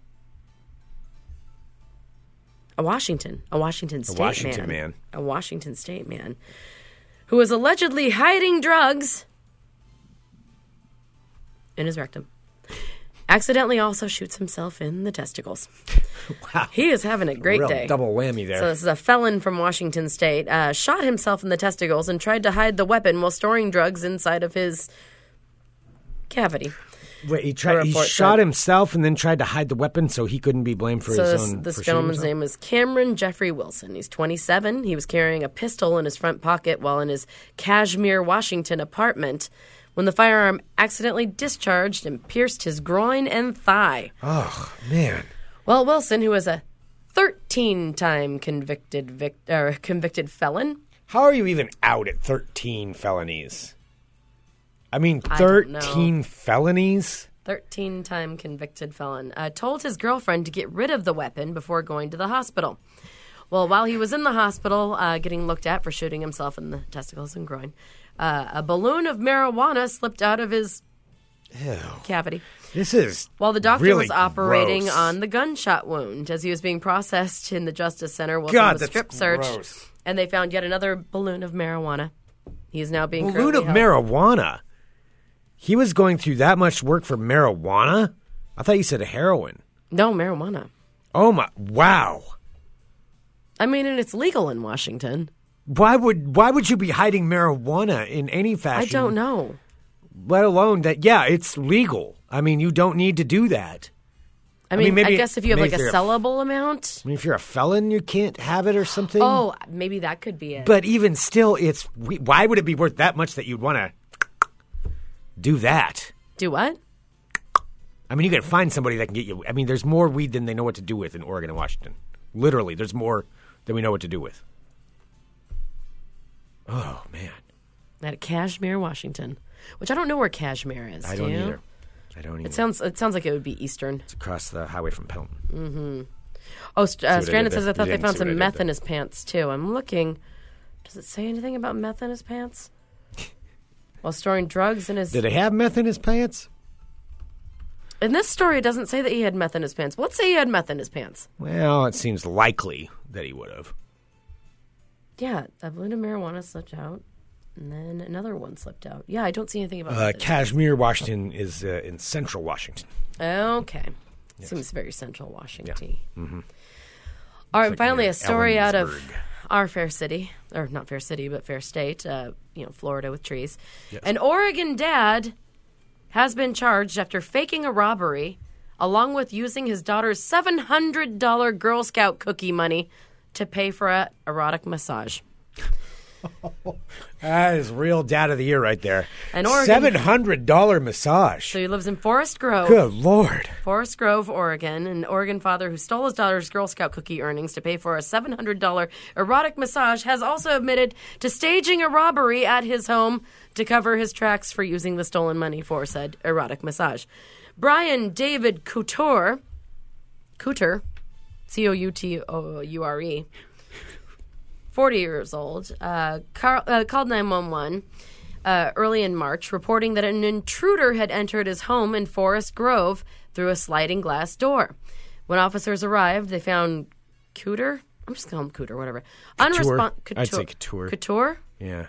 [SPEAKER 6] a Washington, a Washington state
[SPEAKER 5] Washington man.
[SPEAKER 6] a Washington state man, who was allegedly hiding drugs in his rectum accidentally also shoots himself in the testicles.
[SPEAKER 5] Wow.
[SPEAKER 6] He is having a great
[SPEAKER 5] Real
[SPEAKER 6] day.
[SPEAKER 5] double whammy there.
[SPEAKER 6] So this is a felon from Washington State. Uh, shot himself in the testicles and tried to hide the weapon while storing drugs inside of his cavity.
[SPEAKER 5] Wait, he tried. He
[SPEAKER 6] report
[SPEAKER 5] shot
[SPEAKER 6] said-
[SPEAKER 5] himself and then tried to hide the weapon so he couldn't be blamed for
[SPEAKER 6] So
[SPEAKER 5] his
[SPEAKER 6] this,
[SPEAKER 5] own.
[SPEAKER 6] this
[SPEAKER 5] for shooting
[SPEAKER 6] gentleman's
[SPEAKER 5] himself?
[SPEAKER 6] name is Cameron Jeffrey Wilson. He's 27. He was carrying a pistol in his front pocket while in his Kashmir, Washington apartment when the firearm accidentally discharged and pierced his groin and thigh.
[SPEAKER 5] Oh man.
[SPEAKER 6] Well, Wilson, who is a 13-time convicted vic- or convicted felon,
[SPEAKER 5] How are you even out at 13 felonies? I mean,
[SPEAKER 6] don't know.
[SPEAKER 5] 13 felonies?
[SPEAKER 6] 13 time convicted felon, uh, told his girlfriend to get rid of the weapon before going to the hospital. Well, while he was in the hospital uh, getting looked at for shooting himself in the testicles and groin, uh, a balloon of marijuana slipped out of his cavity
[SPEAKER 5] This is.
[SPEAKER 6] while the doctor
[SPEAKER 5] really
[SPEAKER 6] was operating
[SPEAKER 5] gross.
[SPEAKER 6] on the gunshot wound. As he was being processed in the Justice Center, Wilson
[SPEAKER 5] God,
[SPEAKER 6] was
[SPEAKER 5] that's
[SPEAKER 6] strip searched,
[SPEAKER 5] gross.
[SPEAKER 6] and they found yet another balloon of marijuana. He is now being
[SPEAKER 5] Balloon of
[SPEAKER 6] currently held-
[SPEAKER 5] marijuana. He was going through that much work for marijuana? I thought you said heroin.
[SPEAKER 6] No, marijuana.
[SPEAKER 5] Oh my. Wow.
[SPEAKER 6] I mean, and it's legal in Washington.
[SPEAKER 5] Why would why would you be hiding marijuana in any fashion?
[SPEAKER 6] I don't know.
[SPEAKER 5] Let alone that yeah, it's legal. I mean, you don't need to do that.
[SPEAKER 6] I
[SPEAKER 5] mean,
[SPEAKER 6] mean, I,
[SPEAKER 5] maybe-
[SPEAKER 6] guess if you have
[SPEAKER 5] maybe
[SPEAKER 6] like a
[SPEAKER 5] if you're a-
[SPEAKER 6] sellable amount.
[SPEAKER 5] I mean, if you're a felon, you can't have it or something.
[SPEAKER 6] Oh, maybe that could be it.
[SPEAKER 5] But even still, it's we- why would it be worth that much that you'd want to do that?
[SPEAKER 6] Do what?
[SPEAKER 5] I mean, you can find somebody that can get you. I mean, there's more weed than they know what to do with in Oregon and Washington. Literally, there's more than we know what to do with. Oh man,
[SPEAKER 6] At Kashmir, Washington, which I don't know where Kashmir is.
[SPEAKER 5] I
[SPEAKER 6] do
[SPEAKER 5] don't
[SPEAKER 6] you?
[SPEAKER 5] either. I don't either.
[SPEAKER 6] It sounds it sounds like it would be eastern.
[SPEAKER 5] it's across the highway from Pelton.
[SPEAKER 6] Oh, St- uh,
[SPEAKER 5] did
[SPEAKER 6] Strandon
[SPEAKER 5] there?
[SPEAKER 6] says I
[SPEAKER 5] You
[SPEAKER 6] thought they
[SPEAKER 5] didn't
[SPEAKER 6] found
[SPEAKER 5] see what I
[SPEAKER 6] some
[SPEAKER 5] did
[SPEAKER 6] meth
[SPEAKER 5] there.
[SPEAKER 6] in his pants too. I'm looking. Does it say anything about meth in his pants? While storing drugs in his
[SPEAKER 5] Did he have meth in his pants?
[SPEAKER 6] in this story, it doesn't say that he had meth in his pants. Let's say he had meth in his pants.
[SPEAKER 5] Well, it seems likely that he would have.
[SPEAKER 6] Yeah, a balloon of marijuana slipped out, and then another one slipped out. Yeah, I don't see anything about
[SPEAKER 5] Uh,
[SPEAKER 6] meth.
[SPEAKER 5] Kashmir, Washington is uh, in central Washington.
[SPEAKER 6] Okay. Seems very central Washington. All right, and
[SPEAKER 5] Mm-hmm. like
[SPEAKER 6] finally,
[SPEAKER 5] near
[SPEAKER 6] a story out of
[SPEAKER 5] Ellensburg.
[SPEAKER 6] our fair city, or not fair city, but fair state, uh, you know, Florida with trees. An Oregon dad has been charged after faking a robbery, along with using his daughter's $700 Girl Scout cookie money to pay for a erotic massage.
[SPEAKER 5] That is real dad of the year right there.
[SPEAKER 6] An Oregon-
[SPEAKER 5] Seven hundred dollar massage.
[SPEAKER 6] So he lives in Forest Grove.
[SPEAKER 5] Good lord.
[SPEAKER 6] Forest Grove, Oregon, an Oregon father who stole his daughter's Girl Scout cookie earnings to pay for a $700 erotic massage has also admitted to staging a robbery at his home to cover his tracks for using the stolen money for said erotic massage. Brian David Couture, Couture, C O U T O U R E, 40 years old, uh, car- uh, called 911 uh, early in March, reporting that an intruder had entered his home in Forest Grove through a sliding glass door. When officers arrived, they found Cooter. I'm just calling him Cooter, whatever. Unrespon-
[SPEAKER 5] I'd say Couture.
[SPEAKER 6] Couture?
[SPEAKER 5] Yeah.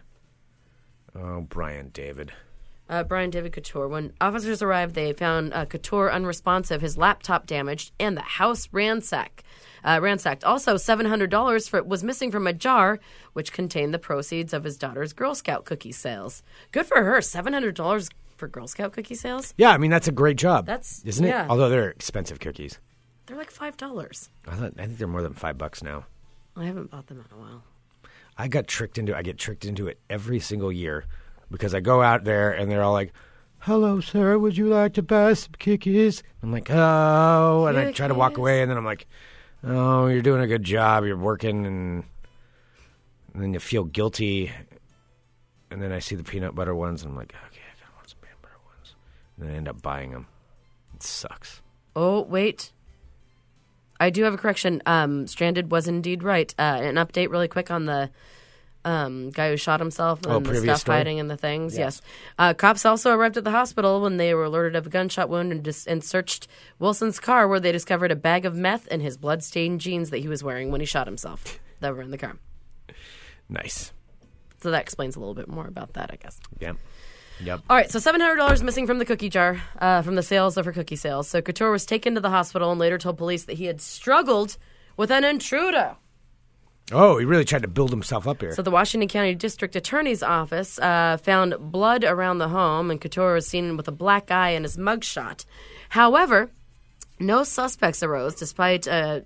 [SPEAKER 5] Oh, Brian David.
[SPEAKER 6] Uh, Brian David Couture. When officers arrived, they found uh, Couture unresponsive, his laptop damaged, and the house ransacked. Uh, ransacked. Also, seven hundred dollars for was missing from a jar which contained the proceeds of his daughter's Girl Scout cookie sales. Good for her. Seven hundred dollars for Girl Scout cookie sales.
[SPEAKER 5] Yeah, I mean that's a great job.
[SPEAKER 6] That's-
[SPEAKER 5] isn't
[SPEAKER 6] yeah.
[SPEAKER 5] it? Although they're expensive cookies.
[SPEAKER 6] They're like five dollars.
[SPEAKER 5] I thought I think they're more than five bucks now.
[SPEAKER 6] I haven't bought them in a while.
[SPEAKER 5] I got tricked into I get tricked into it every single year because I go out there and they're all like, Hello, sir, would you like to buy some cookies? I'm like, Oh and I try to walk
[SPEAKER 6] Cookies.
[SPEAKER 5] away and then I'm like, Oh, you're doing a good job, you're working and, and then you feel guilty and then I see the peanut butter ones and I'm like, Okay, I gotta want some peanut butter ones and then I end up buying them. It sucks.
[SPEAKER 6] Oh wait. I do have a correction. Um, Stranded was indeed right. Uh, an update, really quick, on the um, guy who shot himself and
[SPEAKER 5] Oh,
[SPEAKER 6] the
[SPEAKER 5] previous
[SPEAKER 6] stuff
[SPEAKER 5] story?
[SPEAKER 6] hiding and the things. Yes. Uh, cops also arrived at the hospital when they were alerted of a gunshot wound and, dis- and searched Wilson's car, where they discovered a bag of meth and his bloodstained jeans that he was wearing when he shot himself that were in the car.
[SPEAKER 5] Nice.
[SPEAKER 6] So that explains a little bit more about that, I guess.
[SPEAKER 5] Yeah. Yep.
[SPEAKER 6] All right, so seven hundred dollars missing from the cookie jar uh, from the sales of her cookie sales. So Couture was taken to the hospital and later told police that he had struggled with an intruder.
[SPEAKER 5] Oh, he really tried to build himself up here.
[SPEAKER 6] So the Washington County District Attorney's Office uh, found blood around the home, and Couture was seen with a black eye in his mugshot. However, no suspects arose despite a,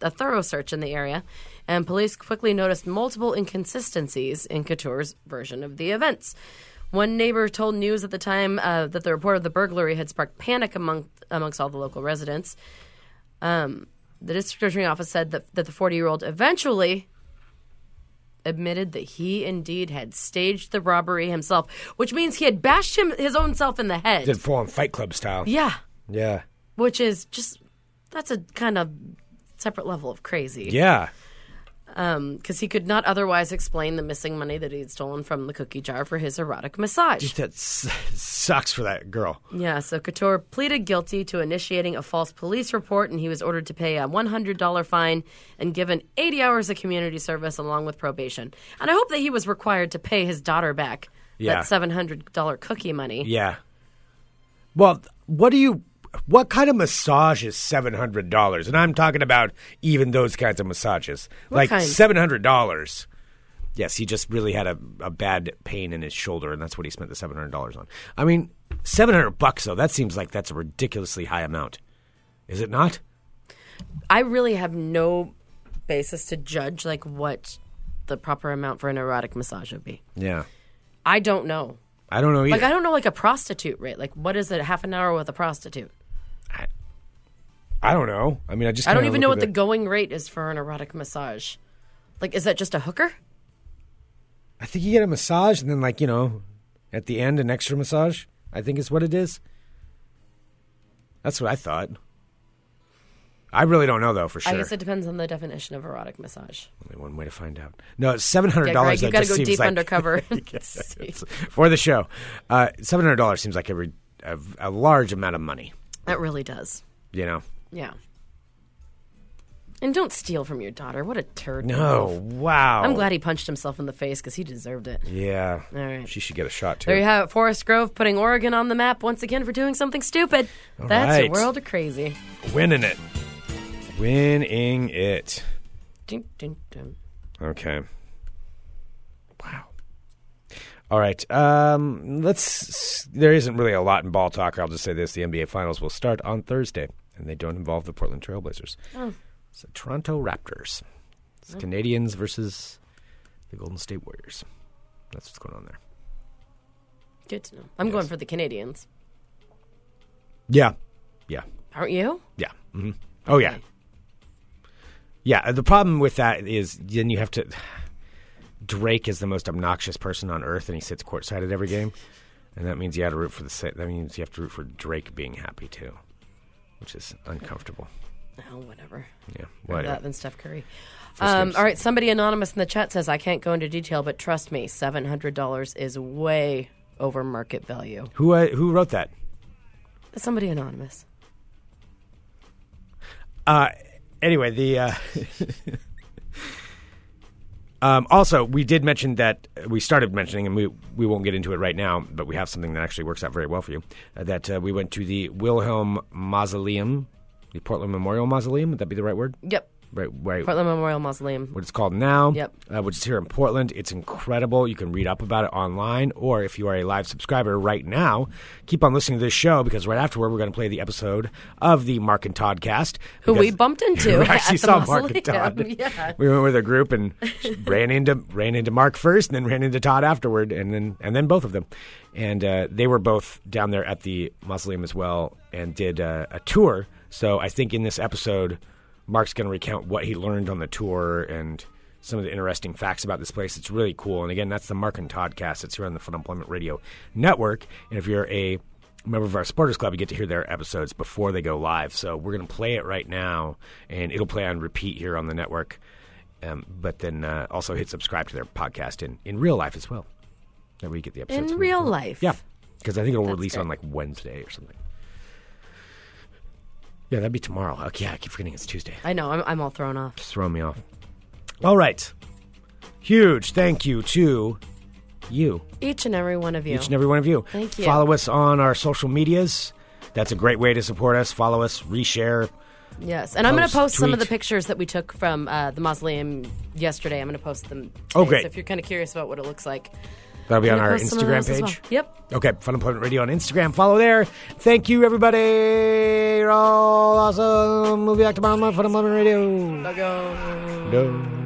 [SPEAKER 6] a thorough search in the area, and police quickly noticed multiple inconsistencies in Couture's version of the events. One neighbor told news at the time uh, that the report of the burglary had sparked panic among, amongst all the local residents. Um, the district attorney office said that, that the 40 year old eventually admitted that he indeed had staged the robbery himself, which means he had bashed him his own self in the head.
[SPEAKER 5] Did full on Fight Club style.
[SPEAKER 6] yeah,
[SPEAKER 5] Yeah.
[SPEAKER 6] which is just that's a kind of separate level of crazy.
[SPEAKER 5] Yeah.
[SPEAKER 6] because he could not otherwise explain the missing money that he had stolen from the cookie jar for his erotic massage.
[SPEAKER 5] That s- sucks for that girl.
[SPEAKER 6] Yeah, so Couture pleaded guilty to initiating a false police report, and he was ordered to pay a $100 fine and given 80 hours of community service along with probation. And I hope that he was required to pay his daughter back
[SPEAKER 5] Yeah.
[SPEAKER 6] that $700 cookie money.
[SPEAKER 5] Yeah. Well, what do you? What kind of massage is seven hundred dollars? And I'm talking about even those kinds of massages, like
[SPEAKER 6] kind?
[SPEAKER 5] seven hundred dollars. Yes, he just really had a, a bad pain in his shoulder, and that's what he spent the seven hundred dollars on. I mean, seven hundred bucks though. That seems like that's a ridiculously high amount. Is it not?
[SPEAKER 6] I really have no basis to judge like what the proper amount for an erotic massage would be.
[SPEAKER 5] Yeah,
[SPEAKER 6] I don't know.
[SPEAKER 5] I don't know either.
[SPEAKER 6] Like I don't know like a prostitute rate. Like what is it? Half an hour with a prostitute.
[SPEAKER 5] I don't know. I mean, I just
[SPEAKER 6] I don't
[SPEAKER 5] kinda
[SPEAKER 6] even
[SPEAKER 5] look
[SPEAKER 6] know
[SPEAKER 5] at
[SPEAKER 6] what the going rate is for an erotic massage. Like is that just a hooker?
[SPEAKER 5] I think you get a massage, and then like you know, at the end, an extra massage. I think is what it is. That's what I thought. I really don't know though for sure.
[SPEAKER 6] I guess it depends on the definition of erotic massage.
[SPEAKER 5] Only one way to find out. No, seven hundred
[SPEAKER 6] Yeah, Greg,
[SPEAKER 5] dollars.
[SPEAKER 6] you
[SPEAKER 5] got
[SPEAKER 6] got
[SPEAKER 5] to
[SPEAKER 6] to go deep
[SPEAKER 5] like,
[SPEAKER 6] undercover.
[SPEAKER 5] for the show. Uh, seven hundred dollars seems like a, re- a a large amount of money.
[SPEAKER 6] that really does.
[SPEAKER 5] You know.
[SPEAKER 6] Yeah. And don't steal from your daughter. What a turd.
[SPEAKER 5] No. Wow.
[SPEAKER 6] I'm glad he punched himself in the face because he deserved it.
[SPEAKER 5] Yeah.
[SPEAKER 6] All right.
[SPEAKER 5] She should get a shot too.
[SPEAKER 6] There you have it. Forest Grove putting Oregon on the map once again for doing something stupid. That's
[SPEAKER 5] right.
[SPEAKER 6] a world of crazy.
[SPEAKER 5] Winning it. Winning it.
[SPEAKER 6] Dun, dun, dun.
[SPEAKER 5] Okay. Wow. All right. Um, let's. There isn't really a lot in ball talk. I'll just say this: the NBA Finals will start on Thursday, and they don't involve the Portland Trailblazers. It's the Toronto Raptors. It's Canadians versus the Golden State Warriors. That's what's going on there.
[SPEAKER 6] Good to know. I'm going for the Canadians.
[SPEAKER 5] Yeah. Yeah.
[SPEAKER 6] Aren't you?
[SPEAKER 5] Yeah. hmm Oh yeah. Yeah. The problem with that is then you have to. Drake is the most obnoxious person on earth, and he sits courtside at every game, and that means you have to root for the. sa- That means you have to root for Drake being happy too, which is uncomfortable.
[SPEAKER 6] Oh, whatever.
[SPEAKER 5] Yeah.
[SPEAKER 6] Rather
[SPEAKER 5] Whatever.
[SPEAKER 6] That than Steph Curry. Um, all right. Somebody anonymous in the chat says I can't go into detail, but trust me, seven hundred dollars is way over market value.
[SPEAKER 5] Who uh, who wrote that?
[SPEAKER 6] That's somebody anonymous.
[SPEAKER 5] Uh, anyway, the. Uh, Um, also, we did mention that we started mentioning, and we, we won't get into it right now, but we have something that actually works out very well for you. Uh, that uh, we went to the Wilhelm Mausoleum, the Portland Memorial Mausoleum. Would that be the right word?
[SPEAKER 6] Yep.
[SPEAKER 5] Right, right.
[SPEAKER 6] Portland Memorial Mausoleum.
[SPEAKER 5] What it's called now,
[SPEAKER 6] Yep.
[SPEAKER 5] uh, which is here in Portland. It's incredible. You can read up about it online, or if you are a live subscriber right now, keep on listening to this show because right afterward we're going to play the episode of the Mark and Todd cast.
[SPEAKER 6] Who we
[SPEAKER 5] because-
[SPEAKER 6] bumped into
[SPEAKER 5] We actually
[SPEAKER 6] at the
[SPEAKER 5] saw Mark and
[SPEAKER 6] mausoleum.
[SPEAKER 5] Todd.
[SPEAKER 6] Yeah.
[SPEAKER 5] We went with a group and ran into ran into Mark first, and then ran into Todd afterward, and then and then both of them, and uh, they were both down there at the mausoleum as well, and did uh, a tour. So I think in this episode, Mark's going to recount what he learned on the tour and some of the interesting facts about this place. It's really cool. And again, that's the Mark and Todd cast. It's here on the Fun Employment Radio Network. And if you're a member of our supporters club, you get to hear their episodes before they go live. So we're going to play it right now, and it'll play on repeat here on the network. Um, but then uh, also hit subscribe to their podcast in, in real life as well. That we get the episodes
[SPEAKER 6] In
[SPEAKER 5] when-
[SPEAKER 6] real life.
[SPEAKER 5] yeah, because I think it'll release
[SPEAKER 6] great.
[SPEAKER 5] on like Wednesday or something. Yeah, that'd be tomorrow. Okay, I keep forgetting it's Tuesday.
[SPEAKER 6] I know. I'm, I'm all thrown off.
[SPEAKER 5] Just throwing me off. All right. Huge thank you to you,
[SPEAKER 6] Each and every one of you.
[SPEAKER 5] each and every one of you.
[SPEAKER 6] Thank you.
[SPEAKER 5] Follow us on our social medias. That's a great way to support us. Follow us, reshare.
[SPEAKER 6] yes. And I'm going to
[SPEAKER 5] post,
[SPEAKER 6] post some of the
[SPEAKER 5] tweet.
[SPEAKER 6] pictures that we took from uh, the mausoleum yesterday. I'm going to post them. Today.
[SPEAKER 5] Oh, great.
[SPEAKER 6] So if you're kind of curious about what it looks like,
[SPEAKER 5] That'll be
[SPEAKER 6] I'm
[SPEAKER 5] on
[SPEAKER 6] gonna
[SPEAKER 5] our
[SPEAKER 6] post some of
[SPEAKER 5] Instagram
[SPEAKER 6] those as
[SPEAKER 5] page.
[SPEAKER 6] well. Yep.
[SPEAKER 5] Okay, Fun Employment Radio on Instagram. Follow there. Thank you, everybody. You're all awesome. We'll be back tomorrow on Fun Employment Radio.
[SPEAKER 6] I'll go.
[SPEAKER 5] No.